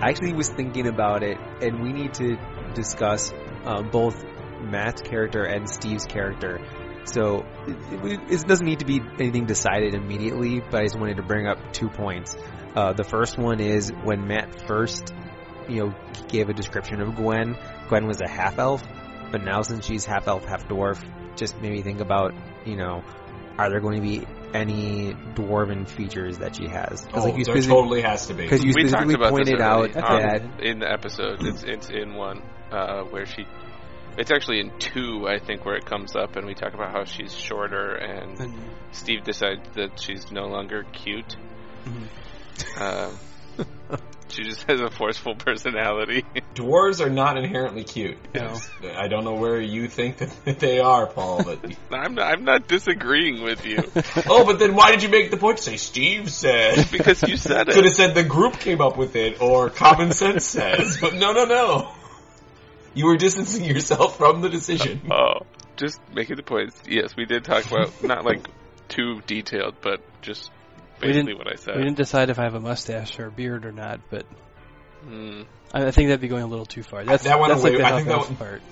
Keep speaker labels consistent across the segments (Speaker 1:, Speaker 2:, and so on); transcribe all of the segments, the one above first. Speaker 1: I actually was thinking about it, and we need to discuss um, both Matt's character and Steve's character. So it, it, it doesn't need to be anything decided immediately, but I just wanted to bring up two points. Uh, the first one is when Matt first, you know, gave a description of Gwen. Gwen was a half elf, but now since she's half elf, half dwarf, just made me think about, you know, are there going to be any dwarven features that she has?
Speaker 2: Oh,
Speaker 1: Because like you
Speaker 2: there
Speaker 1: specifically,
Speaker 2: totally has to be.
Speaker 1: because you
Speaker 3: we talked
Speaker 1: specifically
Speaker 3: about
Speaker 1: pointed
Speaker 3: this
Speaker 1: out
Speaker 3: already, um,
Speaker 1: that
Speaker 3: in the episode. It's it's in one uh, where she. It's actually in two, I think, where it comes up, and we talk about how she's shorter, and
Speaker 4: And
Speaker 3: Steve decides that she's no longer cute.
Speaker 4: Mhm.
Speaker 3: Um she just has a forceful personality.
Speaker 2: Dwarves are not inherently cute.
Speaker 4: No.
Speaker 2: I don't know where you think that they are, Paul, but
Speaker 3: I'm not, I'm not disagreeing with you
Speaker 2: Oh, but then why did you make the point to say Steve said?
Speaker 3: because you said
Speaker 2: Could have
Speaker 3: it.
Speaker 2: said the group came up with it or common sense says, but no, no, no. You were distancing yourself from the decision.
Speaker 3: Oh, just making the point. Yes, we did talk about not like too detailed, but just
Speaker 4: We didn't-
Speaker 3: basically what I
Speaker 4: we
Speaker 3: said.
Speaker 4: didn't decide if I have a mustache or a beard or not, but
Speaker 3: Mm.
Speaker 4: I, I think that'd be going a little too far. That's,
Speaker 2: That went
Speaker 4: that's
Speaker 2: away.
Speaker 4: like the
Speaker 2: I
Speaker 4: half
Speaker 2: think that
Speaker 4: elf
Speaker 2: went-
Speaker 4: part.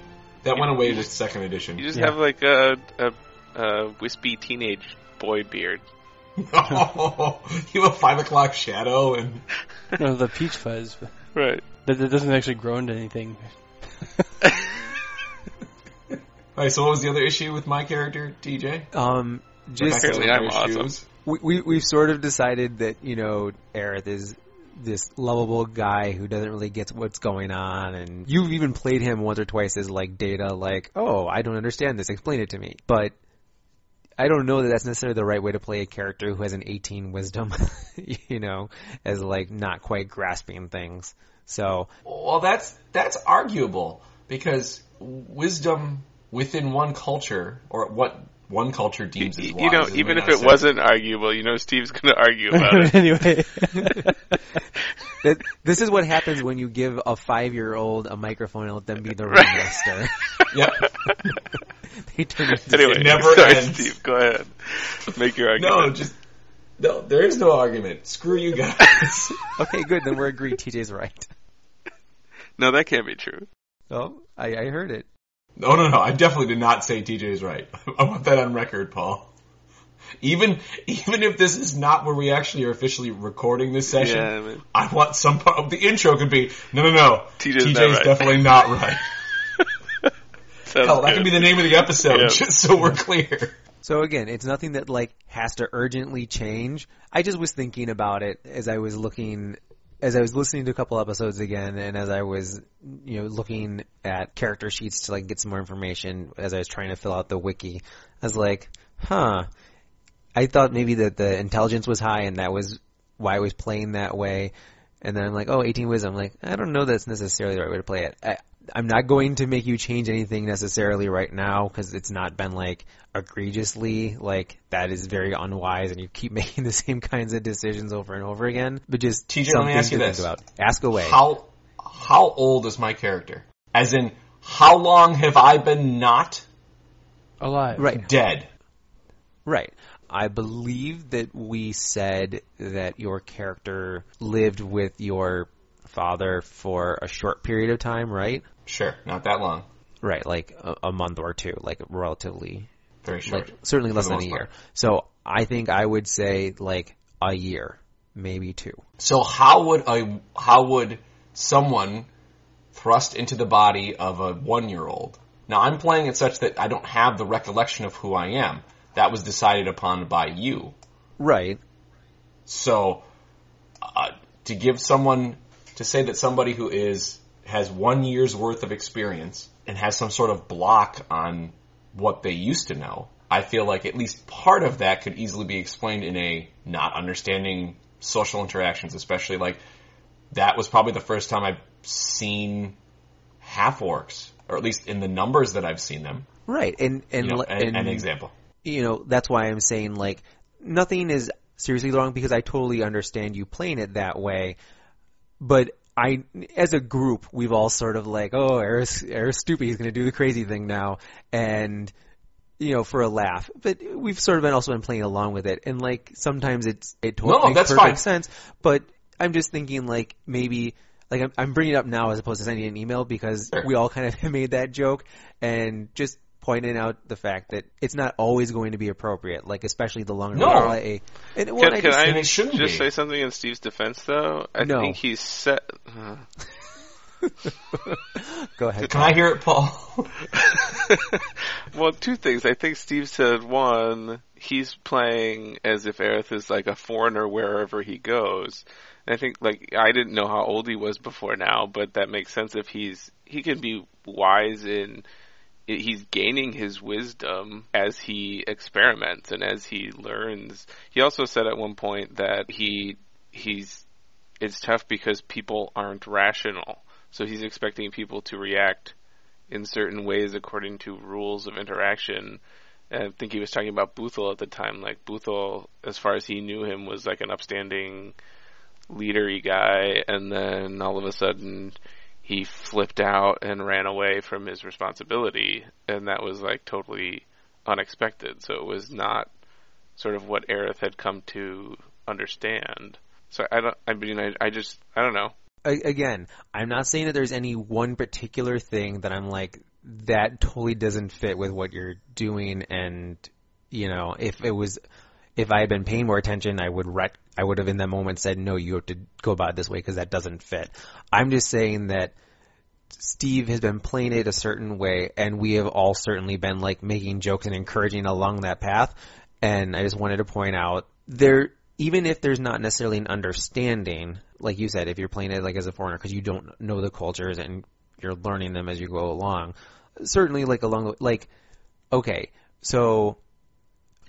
Speaker 2: That went away to second edition.
Speaker 3: You just
Speaker 4: Yeah.
Speaker 3: have like a, a a wispy teenage boy beard.
Speaker 2: you have a five o'clock shadow and
Speaker 4: No, the peach fuzz. but
Speaker 3: Right.
Speaker 4: That, that doesn't actually grow into anything.
Speaker 2: Alright, so what was the other issue with my character, TJ?
Speaker 1: um, just
Speaker 3: Apparently I'm awesome.
Speaker 1: we, we we've sort of decided that you know Aerith is this lovable guy who doesn't really get what's going on, and you've even played him once or twice as like Data, like, oh, I don't understand this, explain it to me. But I don't know that that's necessarily the right way to play a character who has an 18 wisdom, you know, as like not quite grasping things. So
Speaker 2: Well, that's that's arguable because wisdom within one culture or what one culture deems as
Speaker 3: You,
Speaker 2: wise.
Speaker 3: you know,
Speaker 2: is
Speaker 3: even
Speaker 2: may not
Speaker 3: if it
Speaker 2: necessarily-
Speaker 3: wasn't arguable, you know Steve's going to argue about it.
Speaker 4: anyway,
Speaker 1: that, this is what happens when you give a five-year-old a microphone and let them be the
Speaker 3: Right.
Speaker 1: ringmaster.
Speaker 2: Yep.
Speaker 1: they turn into
Speaker 3: anyway,
Speaker 2: never
Speaker 3: sorry,
Speaker 2: ends.
Speaker 3: Steve, go ahead. Make your
Speaker 2: No,
Speaker 3: argument.
Speaker 2: just no. There is no argument. Screw you guys.
Speaker 1: okay, good. Then we're agreed. TJ's right.
Speaker 3: No, that can't be true.
Speaker 1: Oh, I, I heard it.
Speaker 2: no, no, no. I definitely did not say TJ is right. I want that on record, Paul. Even even if this is not where we actually are officially recording this session,
Speaker 3: Yeah, man.
Speaker 2: I want some part of the intro could be no, no, no.
Speaker 3: TJ is
Speaker 2: TJ's
Speaker 3: not right.
Speaker 2: definitely not right.
Speaker 3: Sounds
Speaker 2: Hell, that could
Speaker 3: good.
Speaker 2: be the name of the episode,
Speaker 3: Yeah.
Speaker 2: just so we're clear.
Speaker 1: So again, it's nothing that like has to urgently change. I just was thinking about it as I was looking, as I was listening to a couple episodes again, and as I was, you know, looking at character sheets to like get some more information as I was trying to fill out the wiki. I was like, huh. I thought maybe that the intelligence was high and that was why I was playing that way. And then I'm like, oh, 18 wisdom. I'm like, I don't know that's necessarily the right way to play it. I, I'm not going to make you change anything necessarily right now because it's not been like egregiously like that is very unwise and you keep making the same kinds of decisions over and over again. But just
Speaker 2: TJ, let me
Speaker 1: something
Speaker 2: ask you
Speaker 1: to
Speaker 2: this.
Speaker 1: think about. Ask away.
Speaker 2: How how old is my character? As in, how long have I been not
Speaker 4: alive.
Speaker 1: right,
Speaker 2: dead?
Speaker 1: right. I believe that we said that your character lived with your father for a short period of time, right?
Speaker 2: Sure, not that long.
Speaker 1: Right, like a, a month or two, like relatively,
Speaker 2: Very short.
Speaker 1: like certainly less
Speaker 2: the
Speaker 1: than a
Speaker 2: most
Speaker 1: year.
Speaker 2: part.
Speaker 1: So I think I would say like a year, maybe two.
Speaker 2: So how would a how would someone thrust into the body of a one year old? Now I'm playing it such that I don't have the recollection of who I am. That was decided upon by you.
Speaker 1: Right.
Speaker 2: So uh, to give someone to say that somebody who is has one year's worth of experience and has some sort of block on what they used to know, I feel like at least part of that could easily be explained in a not understanding social interactions, especially like that was probably the first time I've seen half orcs, or at least in the numbers that I've seen them.
Speaker 1: Right. And and
Speaker 2: You know,
Speaker 1: le-
Speaker 2: an, an
Speaker 1: and
Speaker 2: example.
Speaker 1: you know, that's why I'm saying like nothing is seriously wrong because I totally understand you playing it that way. But I, as a group, we've all sort of like, oh, Eris, Eris Stupi is going to do the crazy thing now, and you know, for a laugh. But we've sort of been also been playing along with it, and like sometimes it's it totally
Speaker 2: No,
Speaker 1: makes
Speaker 2: that's
Speaker 1: perfect
Speaker 2: fine.
Speaker 1: sense. But I'm just thinking like maybe like I'm, I'm bringing it up now as opposed to sending an email because
Speaker 2: Sure.
Speaker 1: we all kind of made that joke and just pointing out the fact that it's not always going to be appropriate, like especially the longer
Speaker 2: No.
Speaker 1: we play. And, well,
Speaker 3: Can,
Speaker 1: I
Speaker 3: can
Speaker 1: just-
Speaker 2: and
Speaker 3: I
Speaker 2: it shouldn't
Speaker 3: just
Speaker 2: be.
Speaker 3: say something in Steve's defense, though? I
Speaker 1: No.
Speaker 3: think he's set. uh.
Speaker 1: go ahead.
Speaker 2: Can I hear it, Paul?
Speaker 3: well, two things. I think Steve said one, he's playing as if Aerith is like a foreigner wherever he goes. And I think like I didn't know how old he was before now, but that makes sense if he's he can be wise in he's gaining his wisdom as he experiments and as he learns. He also said at one point that he he's it's tough because people aren't rational. So he's expecting people to react in certain ways according to rules of interaction. And I think he was talking about Boothel at the time. Like Boothel, as far as he knew him, was like an upstanding, leadery guy, and then all of a sudden he flipped out and ran away from his responsibility, and that was like totally unexpected. So it was not sort of what Aerith had come to understand. So I don't. I mean, I, I just I don't know.
Speaker 1: a- again, I'm not saying that there's any one particular thing that I'm like that totally doesn't fit with what you're doing and you know, if it was if I had been paying more attention, I would rec- I would have in that moment said no, you have to go about it this way because that doesn't fit. I'm just saying that Steve has been playing it a certain way and we have all certainly been like making jokes and encouraging along that path and I just wanted to point out there, even if there's not necessarily an understanding, like you said, if you're playing it like as a foreigner because you don't know the cultures and you're learning them as you go along, certainly like along the like, okay, so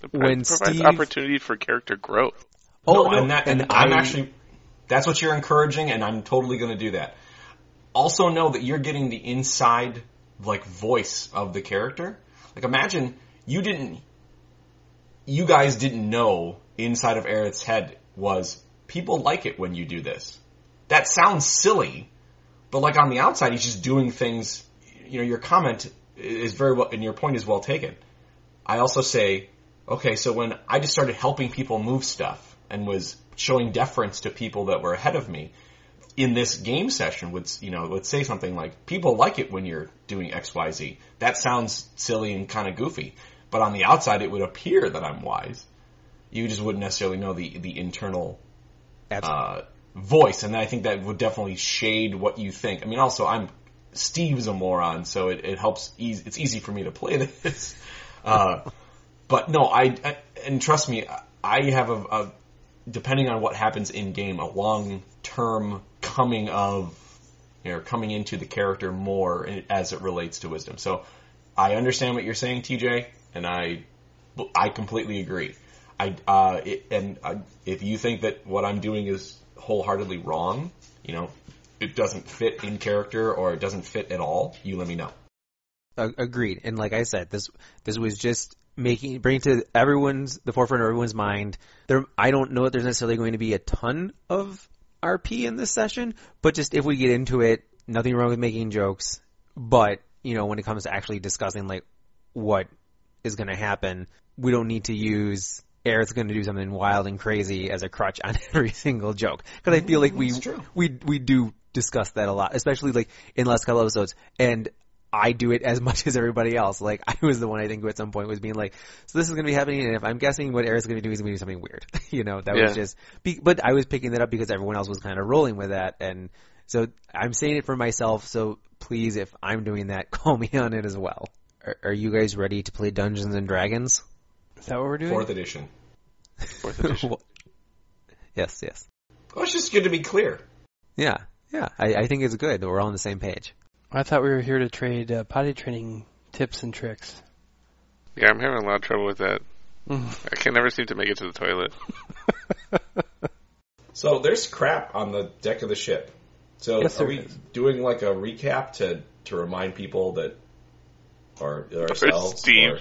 Speaker 3: It
Speaker 1: When
Speaker 3: provides provides
Speaker 1: Steve-
Speaker 3: opportunity for character growth.
Speaker 2: no,
Speaker 1: oh, no,
Speaker 2: and that, and, I'm
Speaker 1: I-
Speaker 2: actually, that's what you're encouraging, and I'm totally going to do that. Also, know that you're getting the inside, like, voice of the character. Like, imagine you didn't, you guys didn't know inside of Aerith's head was people like it when you do this. That sounds silly, but like on the outside, he's just doing things. You know, your comment is very well, and your point is well taken. I also say Okay, so when I just started helping people move stuff and was showing deference to people that were ahead of me in this game session would you know would say something like people like it when you're doing XYZ. That sounds silly and kind of goofy, but on the outside it would appear that I'm wise. You just wouldn't necessarily know the the internal
Speaker 1: absolutely.
Speaker 2: uh, voice, and I think that would definitely shade what you think. I mean, also I'm Steve's a moron, so it, it helps. Easy, it's easy for me to play this. Uh, but no, I, I and trust me, I have a, a depending on what happens in game, a long term coming of you know, coming into the character more i- as it relates to wisdom. So I understand what you're saying, TJ, and I I completely agree. I uh, it, and I, if you think that what I'm doing is wholeheartedly wrong, you know, it doesn't fit in character or it doesn't fit at all, you let me know.
Speaker 1: A- agreed. And like I said, this this was just making bringing to everyone's the forefront of everyone's mind. There, I don't know that there's necessarily going to be a ton of RP in this session, but just if we get into it, nothing wrong with making jokes. But you know, when it comes to actually discussing like what is going to happen, we don't need to use. Aerith's going to do something wild and crazy as a crutch on every single joke because I feel like we
Speaker 2: Mm, That's true.
Speaker 1: we we do discuss that a lot, especially like in the last couple episodes. And I do it as much as everybody else. Like I was the one I think who at some point was being like, so this is going to be happening, and if I'm guessing what Eric's going to do, he's going to do something weird. you know, that was
Speaker 3: Yeah.
Speaker 1: just. Be, but I was picking that up because everyone else was kind of rolling with that, and so I'm saying it for myself. So please, if I'm doing that, call me on it as well. Are, are you guys ready to play Dungeons and Dragons?
Speaker 4: Is that what we're doing?
Speaker 2: Fourth edition.
Speaker 3: Fourth edition.
Speaker 1: yes, yes,
Speaker 2: Well, it's just good to be clear.
Speaker 1: yeah, yeah. I, I think it's good. that We're all on the same page.
Speaker 4: I thought we were here to trade uh, potty training tips and tricks.
Speaker 3: Yeah, I'm having a lot of trouble with that.
Speaker 4: Mm.
Speaker 3: I can never seem to make it to the toilet.
Speaker 2: So there's crap on the deck of the ship. So
Speaker 4: Yes,
Speaker 2: are
Speaker 4: there
Speaker 2: we
Speaker 4: is.
Speaker 2: doing like a recap to to remind people that or or ourselves?
Speaker 3: Steve.
Speaker 2: or-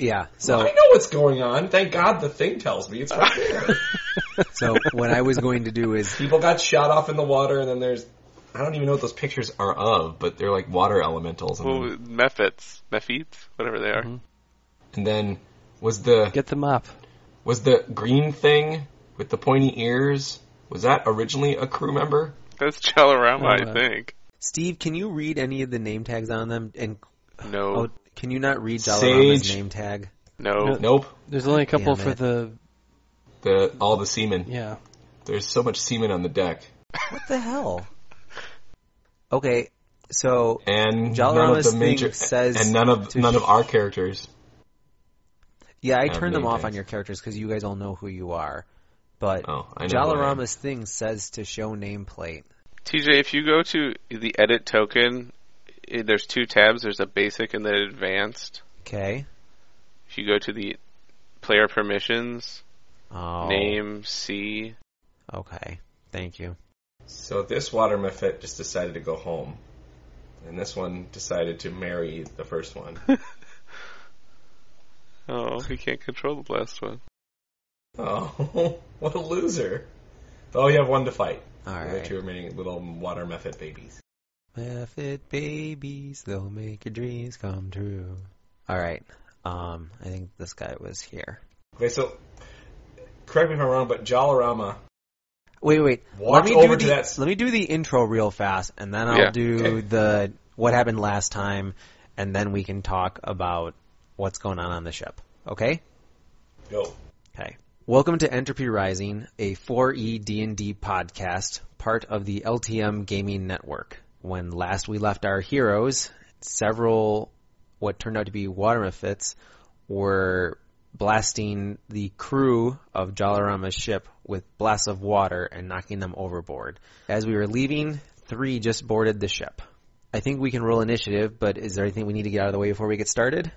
Speaker 1: Yeah. So.
Speaker 2: I know what's going on. Thank God the thing tells me it's right there.
Speaker 1: So what I was going to do is
Speaker 2: people got shot off in the water, and then there's I don't even know what those pictures are of, but they're like water elementals. And,
Speaker 3: Well,
Speaker 2: then,
Speaker 3: Mephits, Mephites, whatever they are.
Speaker 4: Mhm.
Speaker 2: and then was the
Speaker 4: Get them up.
Speaker 2: was the green thing with the pointy ears was that originally a crew member?
Speaker 3: That's Chalarama,
Speaker 4: Oh, uh,
Speaker 3: I think.
Speaker 1: Steve, can you read any of the name tags on them? And
Speaker 3: No,
Speaker 1: oh, can you not read Dollarama's
Speaker 2: Sage.
Speaker 1: name tag?
Speaker 3: no.
Speaker 2: Nope.
Speaker 4: There's only a couple
Speaker 1: Damn
Speaker 4: for
Speaker 1: it.
Speaker 4: the
Speaker 2: The all the semen.
Speaker 4: yeah.
Speaker 2: There's so much semen on the deck,
Speaker 1: What the hell? Okay, so
Speaker 2: and none of
Speaker 1: Jalarama's
Speaker 2: the
Speaker 1: thing
Speaker 2: major
Speaker 1: says
Speaker 2: and none of
Speaker 1: to
Speaker 2: none of
Speaker 1: sh-
Speaker 2: our characters.
Speaker 1: yeah, I
Speaker 2: Have
Speaker 1: turned them
Speaker 2: name
Speaker 1: off
Speaker 2: tags.
Speaker 1: on your characters because you guys all know who you are. But
Speaker 2: Oh, I know. who I am.
Speaker 1: Jalarama's thing says to show nameplate.
Speaker 3: TJ, if you go to the edit token, eh, there's two tabs. There's a basic and then advanced.
Speaker 1: Okay.
Speaker 3: If you go to the player permissions,
Speaker 1: Oh,
Speaker 3: name C.
Speaker 1: Okay. Thank you.
Speaker 2: So this water muffet just decided to go home, and this one decided to marry the first one.
Speaker 3: Oh, he can't control the last one.
Speaker 2: oh, what a loser! Oh, you have one to fight.
Speaker 1: All
Speaker 2: The other
Speaker 1: right.
Speaker 2: two remaining little water muffet babies.
Speaker 1: Method babies, they'll make your dreams come true. All right. Um, I think this guy was here.
Speaker 2: Okay, so correct me if I'm wrong, but Jalarama
Speaker 1: Wait, wait.
Speaker 2: Walked
Speaker 1: let me
Speaker 2: over
Speaker 1: do
Speaker 2: to
Speaker 1: the,
Speaker 2: that-
Speaker 1: Let me do the intro real fast, and then I'll
Speaker 3: Yeah,
Speaker 1: do
Speaker 2: okay.
Speaker 1: the what happened last time, and then we can talk about what's going on on the ship. Okay.
Speaker 2: go.
Speaker 1: Okay. Welcome to Entropy Rising, a E 4E D&D podcast, part of the LTM Gaming Network. When last we left our heroes, several what turned out to be water muffets were blasting the crew of Jalarama's ship with blasts of water and knocking them overboard. As we were leaving, three just boarded the ship. I think we can roll initiative, but is there anything we need to get out of the way before we get started?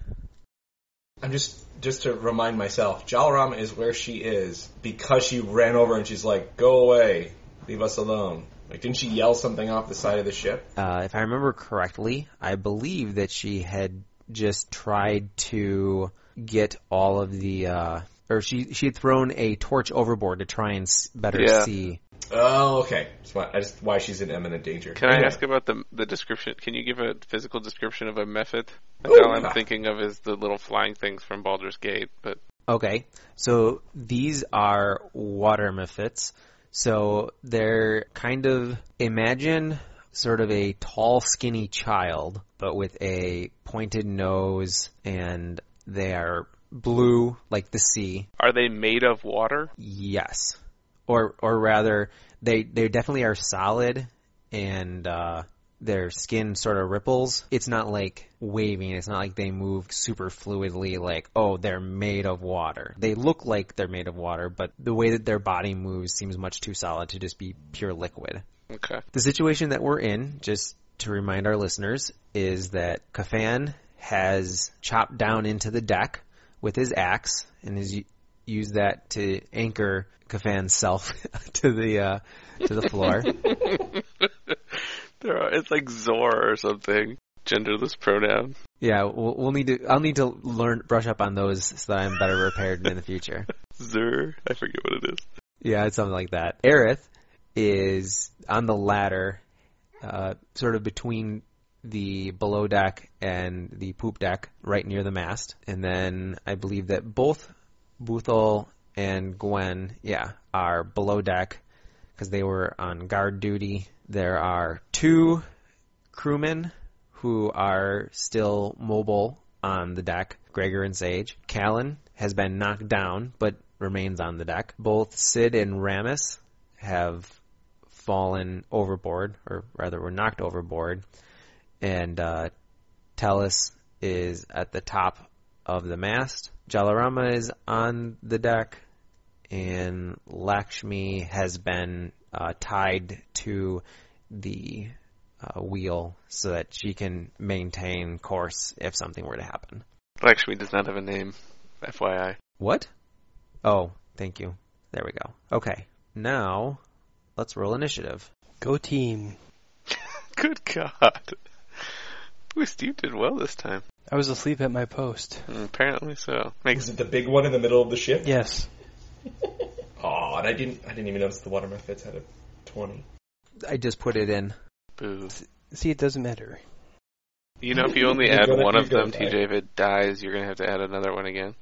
Speaker 2: I'm just just to remind myself, Jalarama is where she is because she ran over and she's like, "Go away, leave us alone." Like, didn't she yell something off the side of the ship?
Speaker 1: uh, if I remember correctly, I believe that she had just tried to get all of the, uh, or she she had thrown a torch overboard to try and s- better
Speaker 3: Yeah.
Speaker 1: see.
Speaker 2: Oh, okay. That's why, that's why she's in imminent danger.
Speaker 3: Can I
Speaker 2: Anyway,
Speaker 3: ask about the the description? Can you give a physical description of a method? Like,
Speaker 2: Ooh.
Speaker 3: all I'm thinking of is the little flying things from Baldur's Gate, but
Speaker 1: Okay, so these are water mephits. So they're kind of imagine sort of a tall, skinny child, but with a pointed nose, and they are blue like the sea.
Speaker 3: are they made of water?
Speaker 1: Yes, or or rather, they they definitely are solid, and uh, their skin sort of ripples. It's not like waving. It's not like they move super fluidly. Like oh, they're made of water. They look like they're made of water, but the way that their body moves seems much too solid to just be pure liquid.
Speaker 3: Okay.
Speaker 1: The situation that we're in, just to remind our listeners, is that Kafan has chopped down into the deck with his axe and has u- used that to anchor Kafan's self to the uh, to the floor.
Speaker 3: There are, it's like Zor or something. Genderless pronoun.
Speaker 1: yeah, we'll, we'll need to. I'll need to learn brush up on those so that I'm better prepared in the future.
Speaker 3: Zer. I forget what it is.
Speaker 1: Yeah, it's something like that. Aerith is on the ladder, uh, sort of between the below deck and the poop deck, right near the mast. And then I believe that both Boothel and Gwen, yeah, are below deck because they were on guard duty. There are two crewmen who are still mobile on the deck, Gregor and Sage. Callan has been knocked down but remains on the deck. Both Sid and Ramus have fallen overboard, or rather were knocked overboard, and uh, Tellus is at the top of the mast. Jalarama is on the deck, and Lakshmi has been uh, tied to the uh, wheel so that she can maintain course if something were to happen.
Speaker 3: Lakshmi does not have a name. FYI.
Speaker 1: What? Oh, thank you. There we go. Okay, now let's roll initiative.
Speaker 4: Go team.
Speaker 3: Good God. Ooh, Steve did well this time.
Speaker 4: I was asleep at my post.
Speaker 3: Mm, Apparently so. Makes
Speaker 2: Is it the big one in the middle of the ship?
Speaker 4: Yes.
Speaker 2: Oh, and I didn't. I didn't even notice the water muffets had a twenty.
Speaker 1: I just put it in.
Speaker 3: boo.
Speaker 4: See, it doesn't matter.
Speaker 3: You know, if you only
Speaker 2: You're
Speaker 3: add
Speaker 2: gonna-
Speaker 3: one
Speaker 2: you're
Speaker 3: of them,
Speaker 2: gonna die.
Speaker 3: TJ, if it dies, you're gonna have to add another one again.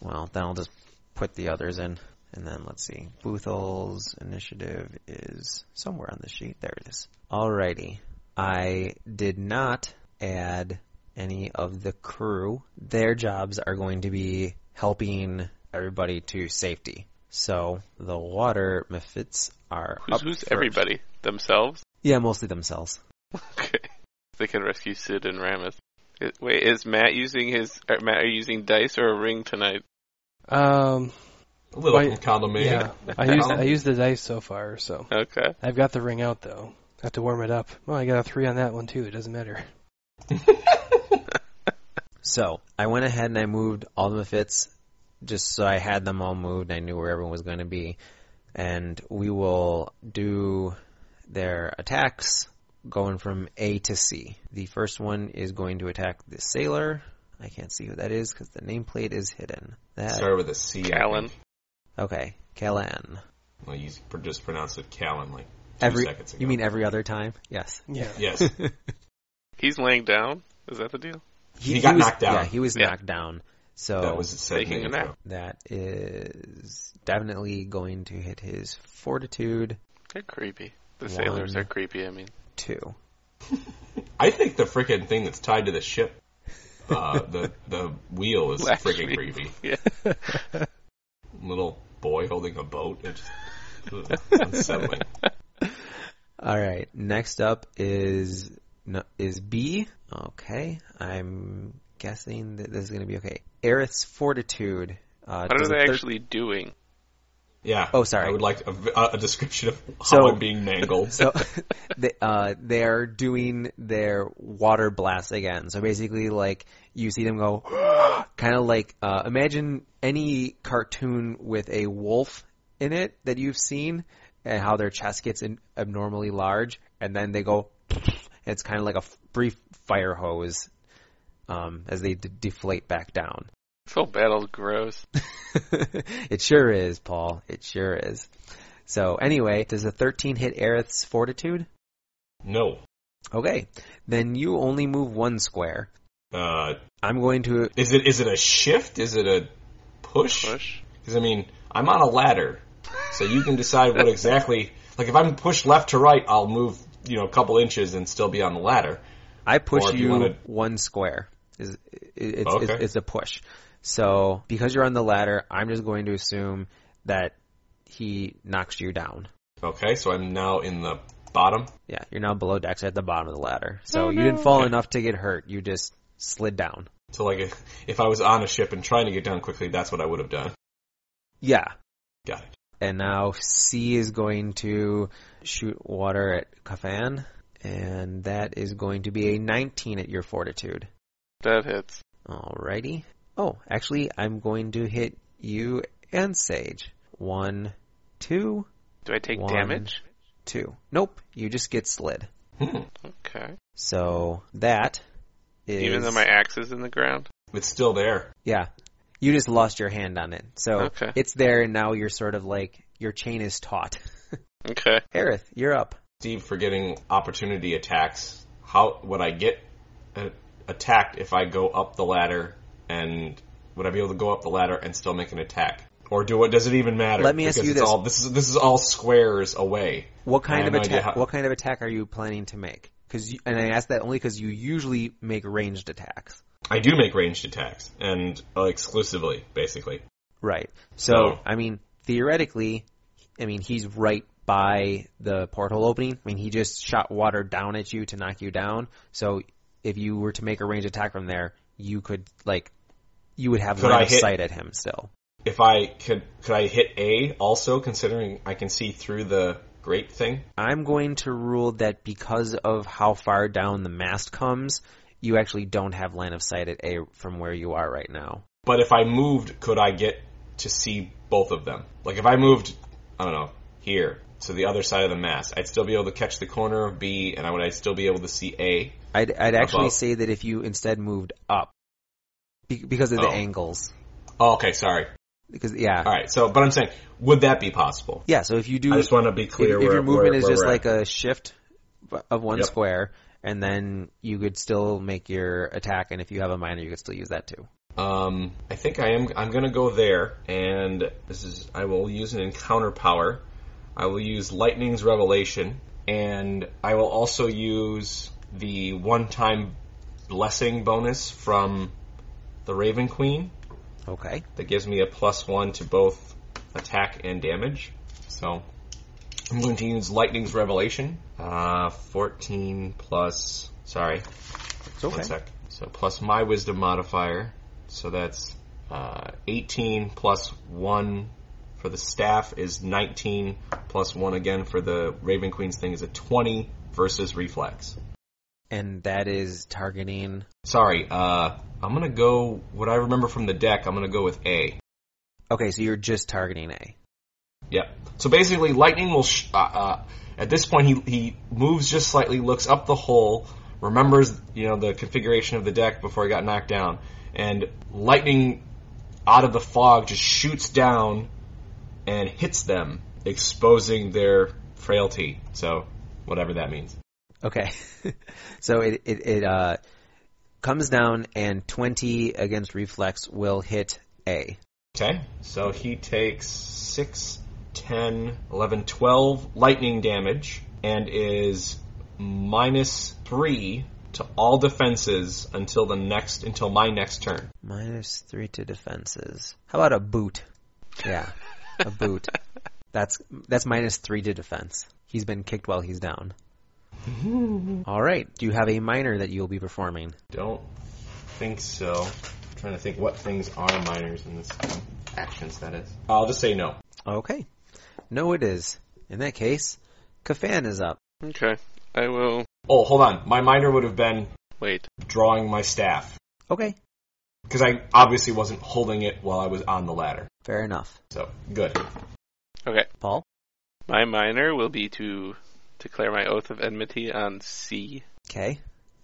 Speaker 1: Well, then I'll just put the others in. And then let's see. Boothel's initiative is somewhere on the sheet. There it is. Alrighty. I did not add any of the crew. Their jobs are going to be helping everybody to safety. So the water mephits are
Speaker 3: Who's,
Speaker 1: up
Speaker 3: who's
Speaker 1: first.
Speaker 3: everybody? Themselves?
Speaker 1: Yeah, mostly themselves.
Speaker 3: Okay. They can rescue Sid and Ramus. It- Wait, is Matt using his uh, Matt are you using dice or a ring tonight?
Speaker 4: Um,
Speaker 2: A little
Speaker 4: Wait,
Speaker 2: column A.
Speaker 4: yeah, I used I used the dice so far, so
Speaker 3: Okay.
Speaker 4: I've got the ring out though. I have to warm it up. Well, I got a three on that one too. It doesn't matter.
Speaker 1: So I went ahead and I moved all the Mephits just so I had them all moved. I knew where everyone was going to be. And we will do their attacks going from A to C. The first one is going to attack the sailor. I can't see who that is because the nameplate is hidden. That
Speaker 2: Started with a C. I think.
Speaker 3: Callan.
Speaker 1: okay, Kalan.
Speaker 2: Well, you pr- just pronounced it Callan like two
Speaker 1: Every
Speaker 2: seconds ago.
Speaker 1: you mean every other time? Yes.
Speaker 4: Yeah.
Speaker 2: Yes.
Speaker 3: He's laying down? Is that the deal?
Speaker 2: He got
Speaker 1: was-
Speaker 2: knocked down.
Speaker 1: Yeah, he was
Speaker 3: Yeah.
Speaker 1: knocked down. So
Speaker 2: that was it said
Speaker 3: Taking
Speaker 2: in
Speaker 3: a
Speaker 2: the
Speaker 3: nap.
Speaker 2: intro.
Speaker 1: that is definitely going to hit his fortitude.
Speaker 3: They're creepy. The
Speaker 1: One.
Speaker 3: sailors are creepy, I mean.
Speaker 1: two.
Speaker 2: I think the freaking thing that's tied to the ship, uh, the the wheel is
Speaker 3: Lacks
Speaker 2: freaking
Speaker 3: me.
Speaker 2: creepy.
Speaker 3: Yeah.
Speaker 2: Little boy holding a boat. It's just ugh, unsettling.
Speaker 1: All right. Next up is no, is B. Okay. I'm guessing that this is going to be okay. Aerith's fortitude. Uh,
Speaker 3: What are
Speaker 1: does a
Speaker 3: they
Speaker 1: thir-
Speaker 3: actually doing?
Speaker 2: Yeah.
Speaker 1: Oh, sorry.
Speaker 2: I would like a, v- a- a description of how
Speaker 1: So-
Speaker 2: I'm being mangled.
Speaker 1: So they, uh, they're doing their water blast again. So basically, like you see them go, kind of like uh, imagine any cartoon with a wolf in it that you've seen, and how their chest gets in, abnormally large, and then they go. It's kind of like a f- brief fire hose um, as they d- deflate back down.
Speaker 3: This whole battle's gross.
Speaker 1: it sure is, Paul. It sure is. So anyway, does a 13 hit Aerith's fortitude?
Speaker 2: no.
Speaker 1: Okay, then you only move one square.
Speaker 2: Uh,
Speaker 1: I'm going to.
Speaker 2: is it is it a shift? Is it a push?
Speaker 3: Push.
Speaker 2: Because I mean, I'm on a ladder, so you can decide what exactly. Like if I'm pushed left to right, I'll move you know a couple inches and still be on the ladder.
Speaker 1: I push
Speaker 2: Or if
Speaker 1: you,
Speaker 2: you wanna-
Speaker 1: one square. Is it- it's,
Speaker 2: Okay.
Speaker 1: it's, it's a push. So because you're on the ladder, I'm just going to assume that he knocks you down.
Speaker 2: Okay, so I'm now in the bottom.
Speaker 1: Yeah, you're now below decks at the bottom of the ladder. So
Speaker 3: Oh,
Speaker 1: you
Speaker 3: no.
Speaker 1: didn't fall enough to get hurt. You just slid down.
Speaker 2: So like if, if I was on a ship and trying to get down quickly, that's what I would have done.
Speaker 1: Yeah.
Speaker 2: Got it.
Speaker 1: And now C is going to shoot water at Kafan, and that is going to be a 19 at your fortitude.
Speaker 3: That hits.
Speaker 1: Alrighty. Oh, actually, I'm going to hit you and Sage. One, two,
Speaker 3: Do I take
Speaker 1: One.
Speaker 3: damage?
Speaker 1: two. Nope, you just get slid.
Speaker 2: Hmm.
Speaker 3: Okay.
Speaker 1: So that is
Speaker 3: Even though my axe is in the ground?
Speaker 2: It's still there.
Speaker 1: yeah, you just lost your hand on it. So
Speaker 3: Okay.
Speaker 1: it's there, and now you're sort of like your chain is taut.
Speaker 3: Okay.
Speaker 1: Aerith, you're up.
Speaker 2: Steve for getting opportunity attacks. How would I get uh, attacked if I go up the ladder? And would I be able to go up the ladder and still make an attack? Or do what? Does it even matter?
Speaker 1: Let me ask
Speaker 2: Because
Speaker 1: you
Speaker 2: it's
Speaker 1: this.
Speaker 2: All, this is this is all squares away.
Speaker 1: What
Speaker 2: I
Speaker 1: kind
Speaker 2: have
Speaker 1: of
Speaker 2: no idea
Speaker 1: attack?
Speaker 2: how-
Speaker 1: What kind of attack are you planning to make? Because and I ask that only because you usually make ranged attacks,
Speaker 2: I do make ranged attacks and uh, exclusively, basically.
Speaker 1: right? So
Speaker 2: So-
Speaker 1: I mean, theoretically, I mean he's right by the porthole opening. I mean he just shot water down at you to knock you down. So if you were to make a ranged attack from there, you could like you would have
Speaker 2: Could
Speaker 1: line
Speaker 2: I
Speaker 1: of
Speaker 2: hit-
Speaker 1: sight at him still.
Speaker 2: If I could, could I hit A also? Considering I can see through the grate thing.
Speaker 1: I'm going to rule that because of how far down the mast comes, you actually don't have line of sight at A from where you are right now.
Speaker 2: But if I moved, could I get to see both of them? Like if I moved, I don't know, here to the other side of the mast, I'd still be able to catch the corner of B, and I would I'd still be able to see A.
Speaker 1: I'd, I'd actually
Speaker 2: Above.
Speaker 1: say that if you instead moved up, be- because of the
Speaker 2: Oh.
Speaker 1: angles,
Speaker 2: Oh, okay, sorry.
Speaker 1: because yeah,
Speaker 2: All right. So, but I'm saying, would that be possible?
Speaker 1: yeah. So if you do,
Speaker 2: I
Speaker 1: if,
Speaker 2: just want to be clear.
Speaker 1: if
Speaker 2: where,
Speaker 1: your movement
Speaker 2: where-
Speaker 1: is
Speaker 2: where
Speaker 1: just
Speaker 2: we're at.
Speaker 1: like a shift of one
Speaker 2: Yep.
Speaker 1: square, and then you could still make your attack, and if you have a minor, you could still use that too.
Speaker 2: Um, I think I am. I'm gonna go there, and this is. I will use an encounter power. I will use lightning's revelation, and I will also use the one-time blessing bonus from the Raven Queen
Speaker 1: Okay.
Speaker 2: that gives me a plus one to both attack and damage. So I'm going to use Lightning's Revelation. Uh, 14 plus. Sorry,
Speaker 1: It's
Speaker 2: one
Speaker 1: okay.
Speaker 2: sec. So plus my Wisdom modifier. So that's uh, 18 plus one for the staff is 19 plus one again for the Raven Queen's thing is a 20 versus Reflex.
Speaker 1: And that is targeting.
Speaker 2: Sorry, uh, I'm gonna go what I remember from the deck. I'm gonna go with A.
Speaker 1: Okay, so you're just targeting A.
Speaker 2: Yeah. So basically, lightning will. Sh- uh, uh, at this point, he he moves just slightly, looks up the hole, remembers you know the configuration of the deck before he got knocked down, and lightning out of the fog just shoots down and hits them, exposing their frailty. So whatever that means.
Speaker 1: Okay. so it it, it uh, comes down and 20 against reflex will hit A.
Speaker 2: Okay. So he takes 6, 10, 11, 12 lightning damage and is minus 3 to all defenses until the next until my next turn.
Speaker 1: Minus 3 to defenses. How about a boot? Yeah. a boot. That's that's minus 3 to defense. He's been kicked while he's down. All right. Do you have a minor that you'll be performing?
Speaker 2: Don't think so. I'm trying to think what things are minors in this actions that is. I'll just say no.
Speaker 1: Okay. No, it is. In that case, Kafan is up.
Speaker 3: Okay. I will
Speaker 2: Oh, hold on. My minor would have been
Speaker 3: wait.
Speaker 2: drawing my staff
Speaker 1: Okay.
Speaker 2: because I obviously wasn't holding it while I was on the ladder.
Speaker 1: Fair enough.
Speaker 2: So, good.
Speaker 3: Okay.
Speaker 1: Paul?
Speaker 3: My minor will be to declare my oath of enmity on C.
Speaker 1: Okay.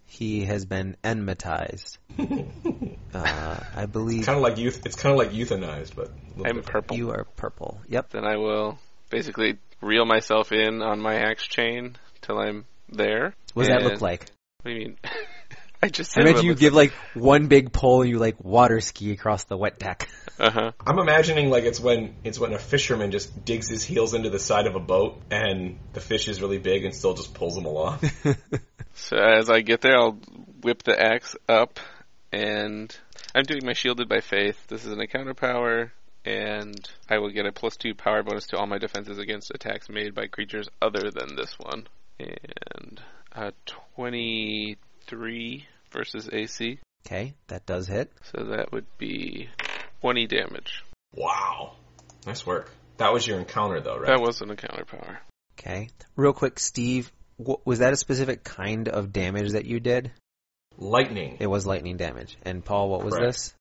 Speaker 1: He has been enmatized. Uh, I believe
Speaker 2: kind of like youth. It's kind of like euthanized, but a little
Speaker 3: I'm
Speaker 2: different.
Speaker 3: purple.
Speaker 1: you are purple. Yep.
Speaker 3: Then I will basically reel myself in on my axe chain till I'm there.
Speaker 1: What does that
Speaker 3: And-
Speaker 1: look like?
Speaker 3: What do you mean? I just
Speaker 1: I
Speaker 3: said
Speaker 1: imagine you give like one big pole and you like water ski across the wet deck.
Speaker 3: Uh huh.
Speaker 2: I'm imagining like it's when it's when a fisherman just digs his heels into the side of a boat and the fish is really big and still just pulls him along.
Speaker 3: So as I get there, I'll whip the axe up, and I'm doing my shielded by faith. This is an encounter power, and I will get a plus two power bonus to all my defenses against attacks made by creatures other than this one, and uh, 23 versus AC.
Speaker 1: Okay, that does hit.
Speaker 3: So that would be 20 damage.
Speaker 2: wow, nice work. That was your encounter though, right?
Speaker 3: That was an encounter power.
Speaker 1: Okay. Real quick, Steve, w- was that a specific kind of damage that you did?
Speaker 2: Lightning.
Speaker 1: It was lightning damage. And Paul, what was
Speaker 2: Correct.
Speaker 1: this?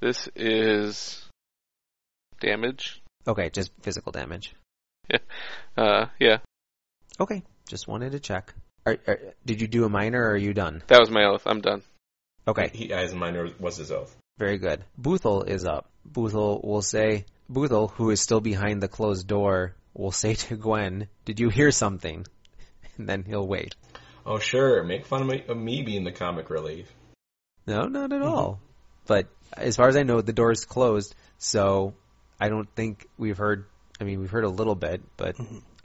Speaker 3: This is damage.
Speaker 1: Okay, just physical damage.
Speaker 3: Uh, yeah,
Speaker 1: Okay, just wanted to check. Are, are, did you do a minor or are you done?
Speaker 3: that was my oath. I'm done.
Speaker 1: Okay,
Speaker 2: He, as minor was his oath.
Speaker 1: very good. Boothel is up. Boothel will say, Boothel, who is still behind the closed door, will say to Gwen, Did you hear something? And then he'll wait.
Speaker 2: Oh sure, make fun of me, of me being the comic relief.
Speaker 1: No, not at all. But as far as I know, the door is closed, so I don't think we've heard. I mean, we've heard a little bit, but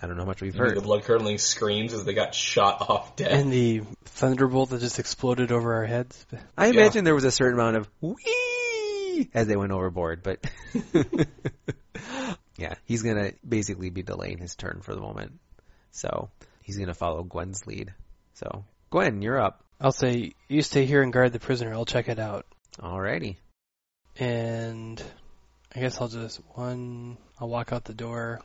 Speaker 1: I don't know how much we've
Speaker 2: The
Speaker 1: heard.
Speaker 2: blood curdling screams as they got shot off dead.
Speaker 4: And the thunderbolt that just exploded over our heads.
Speaker 1: I
Speaker 2: Yeah.
Speaker 1: imagine there was a certain amount of wee as they went overboard, but yeah, he's gonna basically be delaying his turn for the moment. So he's gonna follow Gwen's lead. So Gwen, you're up.
Speaker 4: I'll say, you stay here and guard the prisoner. I'll check it out.
Speaker 1: Alrighty.
Speaker 4: And I guess I'll just, one, I'll walk out the door.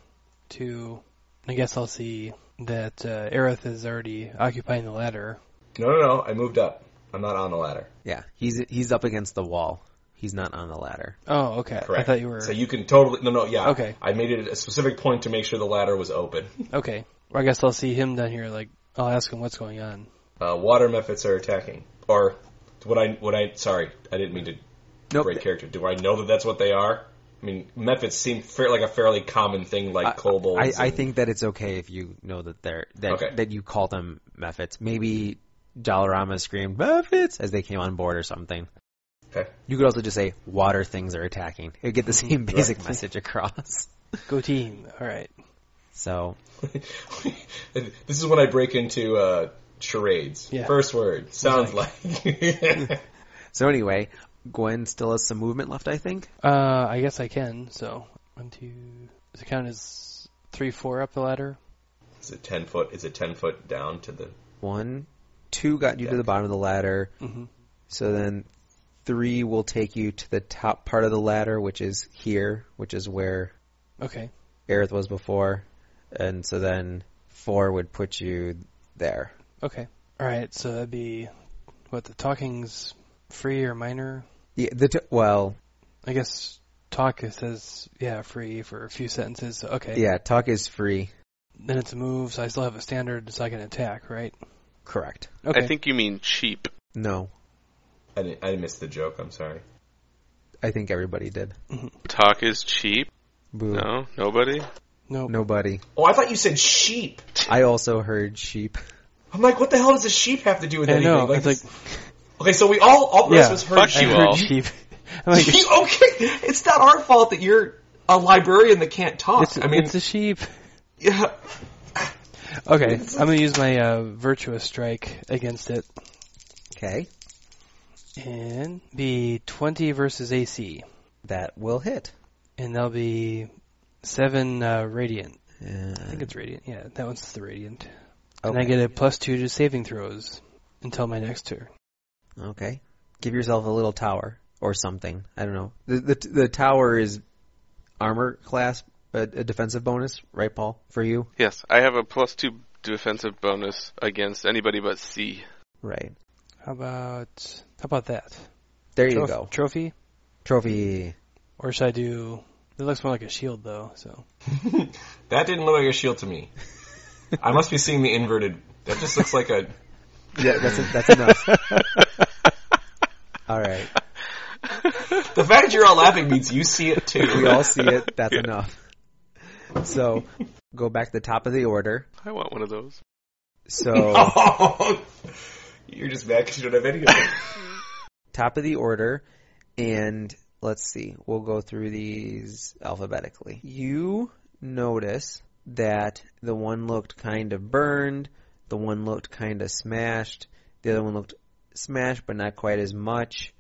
Speaker 4: Two, I guess I'll see that uh, Aerith is already occupying the ladder.
Speaker 2: no, no, no. I moved up. I'm not on the ladder.
Speaker 1: Yeah, he's he's up against the wall. He's not on the ladder.
Speaker 4: Oh, okay.
Speaker 2: Correct.
Speaker 4: I thought you were.
Speaker 2: So you can totally. No, no. Yeah.
Speaker 4: Okay.
Speaker 2: I made it a specific point to make sure the ladder was open.
Speaker 4: Okay. Well, I guess I'll see him down here. Like, I'll ask him what's going on.
Speaker 2: Uh, water methods are attacking, or what I what I sorry, I didn't mean to
Speaker 1: Nope.
Speaker 2: break character. Do I know that that's what they are? I mean, methods seem fair, like a fairly common thing, like kobolds.
Speaker 1: I, I
Speaker 2: and-
Speaker 1: think that it's okay if you know that they're that
Speaker 2: Okay.
Speaker 1: that you call them Mephits. Maybe Jalarama screamed Mephits as they came on board or something.
Speaker 2: Okay.
Speaker 1: You could also just say water things are attacking. It would get the same basic
Speaker 2: Right.
Speaker 1: message across.
Speaker 4: Go team. All right.
Speaker 1: So
Speaker 2: this is when I break into uh, charades.
Speaker 4: Yeah.
Speaker 2: First word sounds like.
Speaker 1: so anyway, Gwen still has some movement left, I think.
Speaker 4: Uh, I guess I can. So one, two. The count is three, four up the ladder.
Speaker 2: is it ten foot? Is it ten foot down to the?
Speaker 1: One, two got you to
Speaker 2: Yeah. Mm-hmm.
Speaker 1: the bottom of the ladder.
Speaker 4: Mhm.
Speaker 1: So then three will take you to the top part of the ladder, which is here, which is where
Speaker 4: Okay.
Speaker 1: Aerith was before. And so then four would put you there.
Speaker 4: Okay. All right. So that'd be what the talking's free or minor.
Speaker 1: Yeah, the t- well,
Speaker 4: I guess talk it says yeah free for a few sentences. So, okay.
Speaker 1: yeah, talk is free.
Speaker 4: Then it's a move, so I still have a standard, so I can attack, right?
Speaker 1: Correct.
Speaker 4: Okay.
Speaker 3: I think you mean cheap.
Speaker 1: No,
Speaker 2: I didn't, I missed the joke. I'm sorry.
Speaker 1: I think everybody did.
Speaker 3: Talk is cheap.
Speaker 1: Boo.
Speaker 3: No, nobody.
Speaker 4: Nope.
Speaker 1: Nobody.
Speaker 2: Oh, I thought you said sheep.
Speaker 1: I also heard sheep.
Speaker 2: I'm like, what the hell does a sheep have to do with
Speaker 4: I
Speaker 2: anything?
Speaker 4: know.
Speaker 2: Like,
Speaker 4: it's like
Speaker 2: okay, so we all all
Speaker 4: Yeah.
Speaker 2: yeah, was heard
Speaker 3: Fuck
Speaker 2: sheep.
Speaker 3: you
Speaker 4: I
Speaker 3: all.
Speaker 4: heard sheep. I'm like,
Speaker 2: You- okay, it's not our fault that you're a librarian that can't talk.
Speaker 4: it's,
Speaker 2: I mean,
Speaker 4: it's a sheep.
Speaker 2: yeah.
Speaker 4: Okay, I'm gonna use my uh, virtuous strike against it,
Speaker 1: Okay,
Speaker 4: and be 20 versus AC,
Speaker 1: that will hit.
Speaker 4: and that'll be seven uh, radiant.
Speaker 1: Uh,
Speaker 4: I think it's radiant. Yeah, that one's the radiant. And I
Speaker 1: okay.
Speaker 4: get a plus two to saving throws until my next turn.
Speaker 1: okay. Give yourself a little tower or something. I don't know. The the, the tower is armor class, a, a defensive bonus, right, Paul? For you,
Speaker 3: Yes, I have a plus two defensive bonus against anybody but C.
Speaker 1: right?
Speaker 4: How about how about that?
Speaker 1: There you
Speaker 4: Troph-
Speaker 1: go.
Speaker 4: Trophy,
Speaker 1: Trophy.
Speaker 4: or should I do? It looks more like a shield though. So
Speaker 2: that didn't look like a shield to me. I must be seeing the inverted. That just looks like a.
Speaker 1: Yeah, that's that's enough. all right,
Speaker 2: The fact that you're all laughing means you see it too.
Speaker 1: we all see it. That's enough. So go back to the top of the order.
Speaker 3: I want one of those.
Speaker 1: So.
Speaker 2: Oh, you're just mad because you don't have any of it.
Speaker 1: top of the order, and let's see, we'll go through these alphabetically. You notice that the one looked kind of burned, the one looked kind of smashed, the other one looked smashed but not quite as much,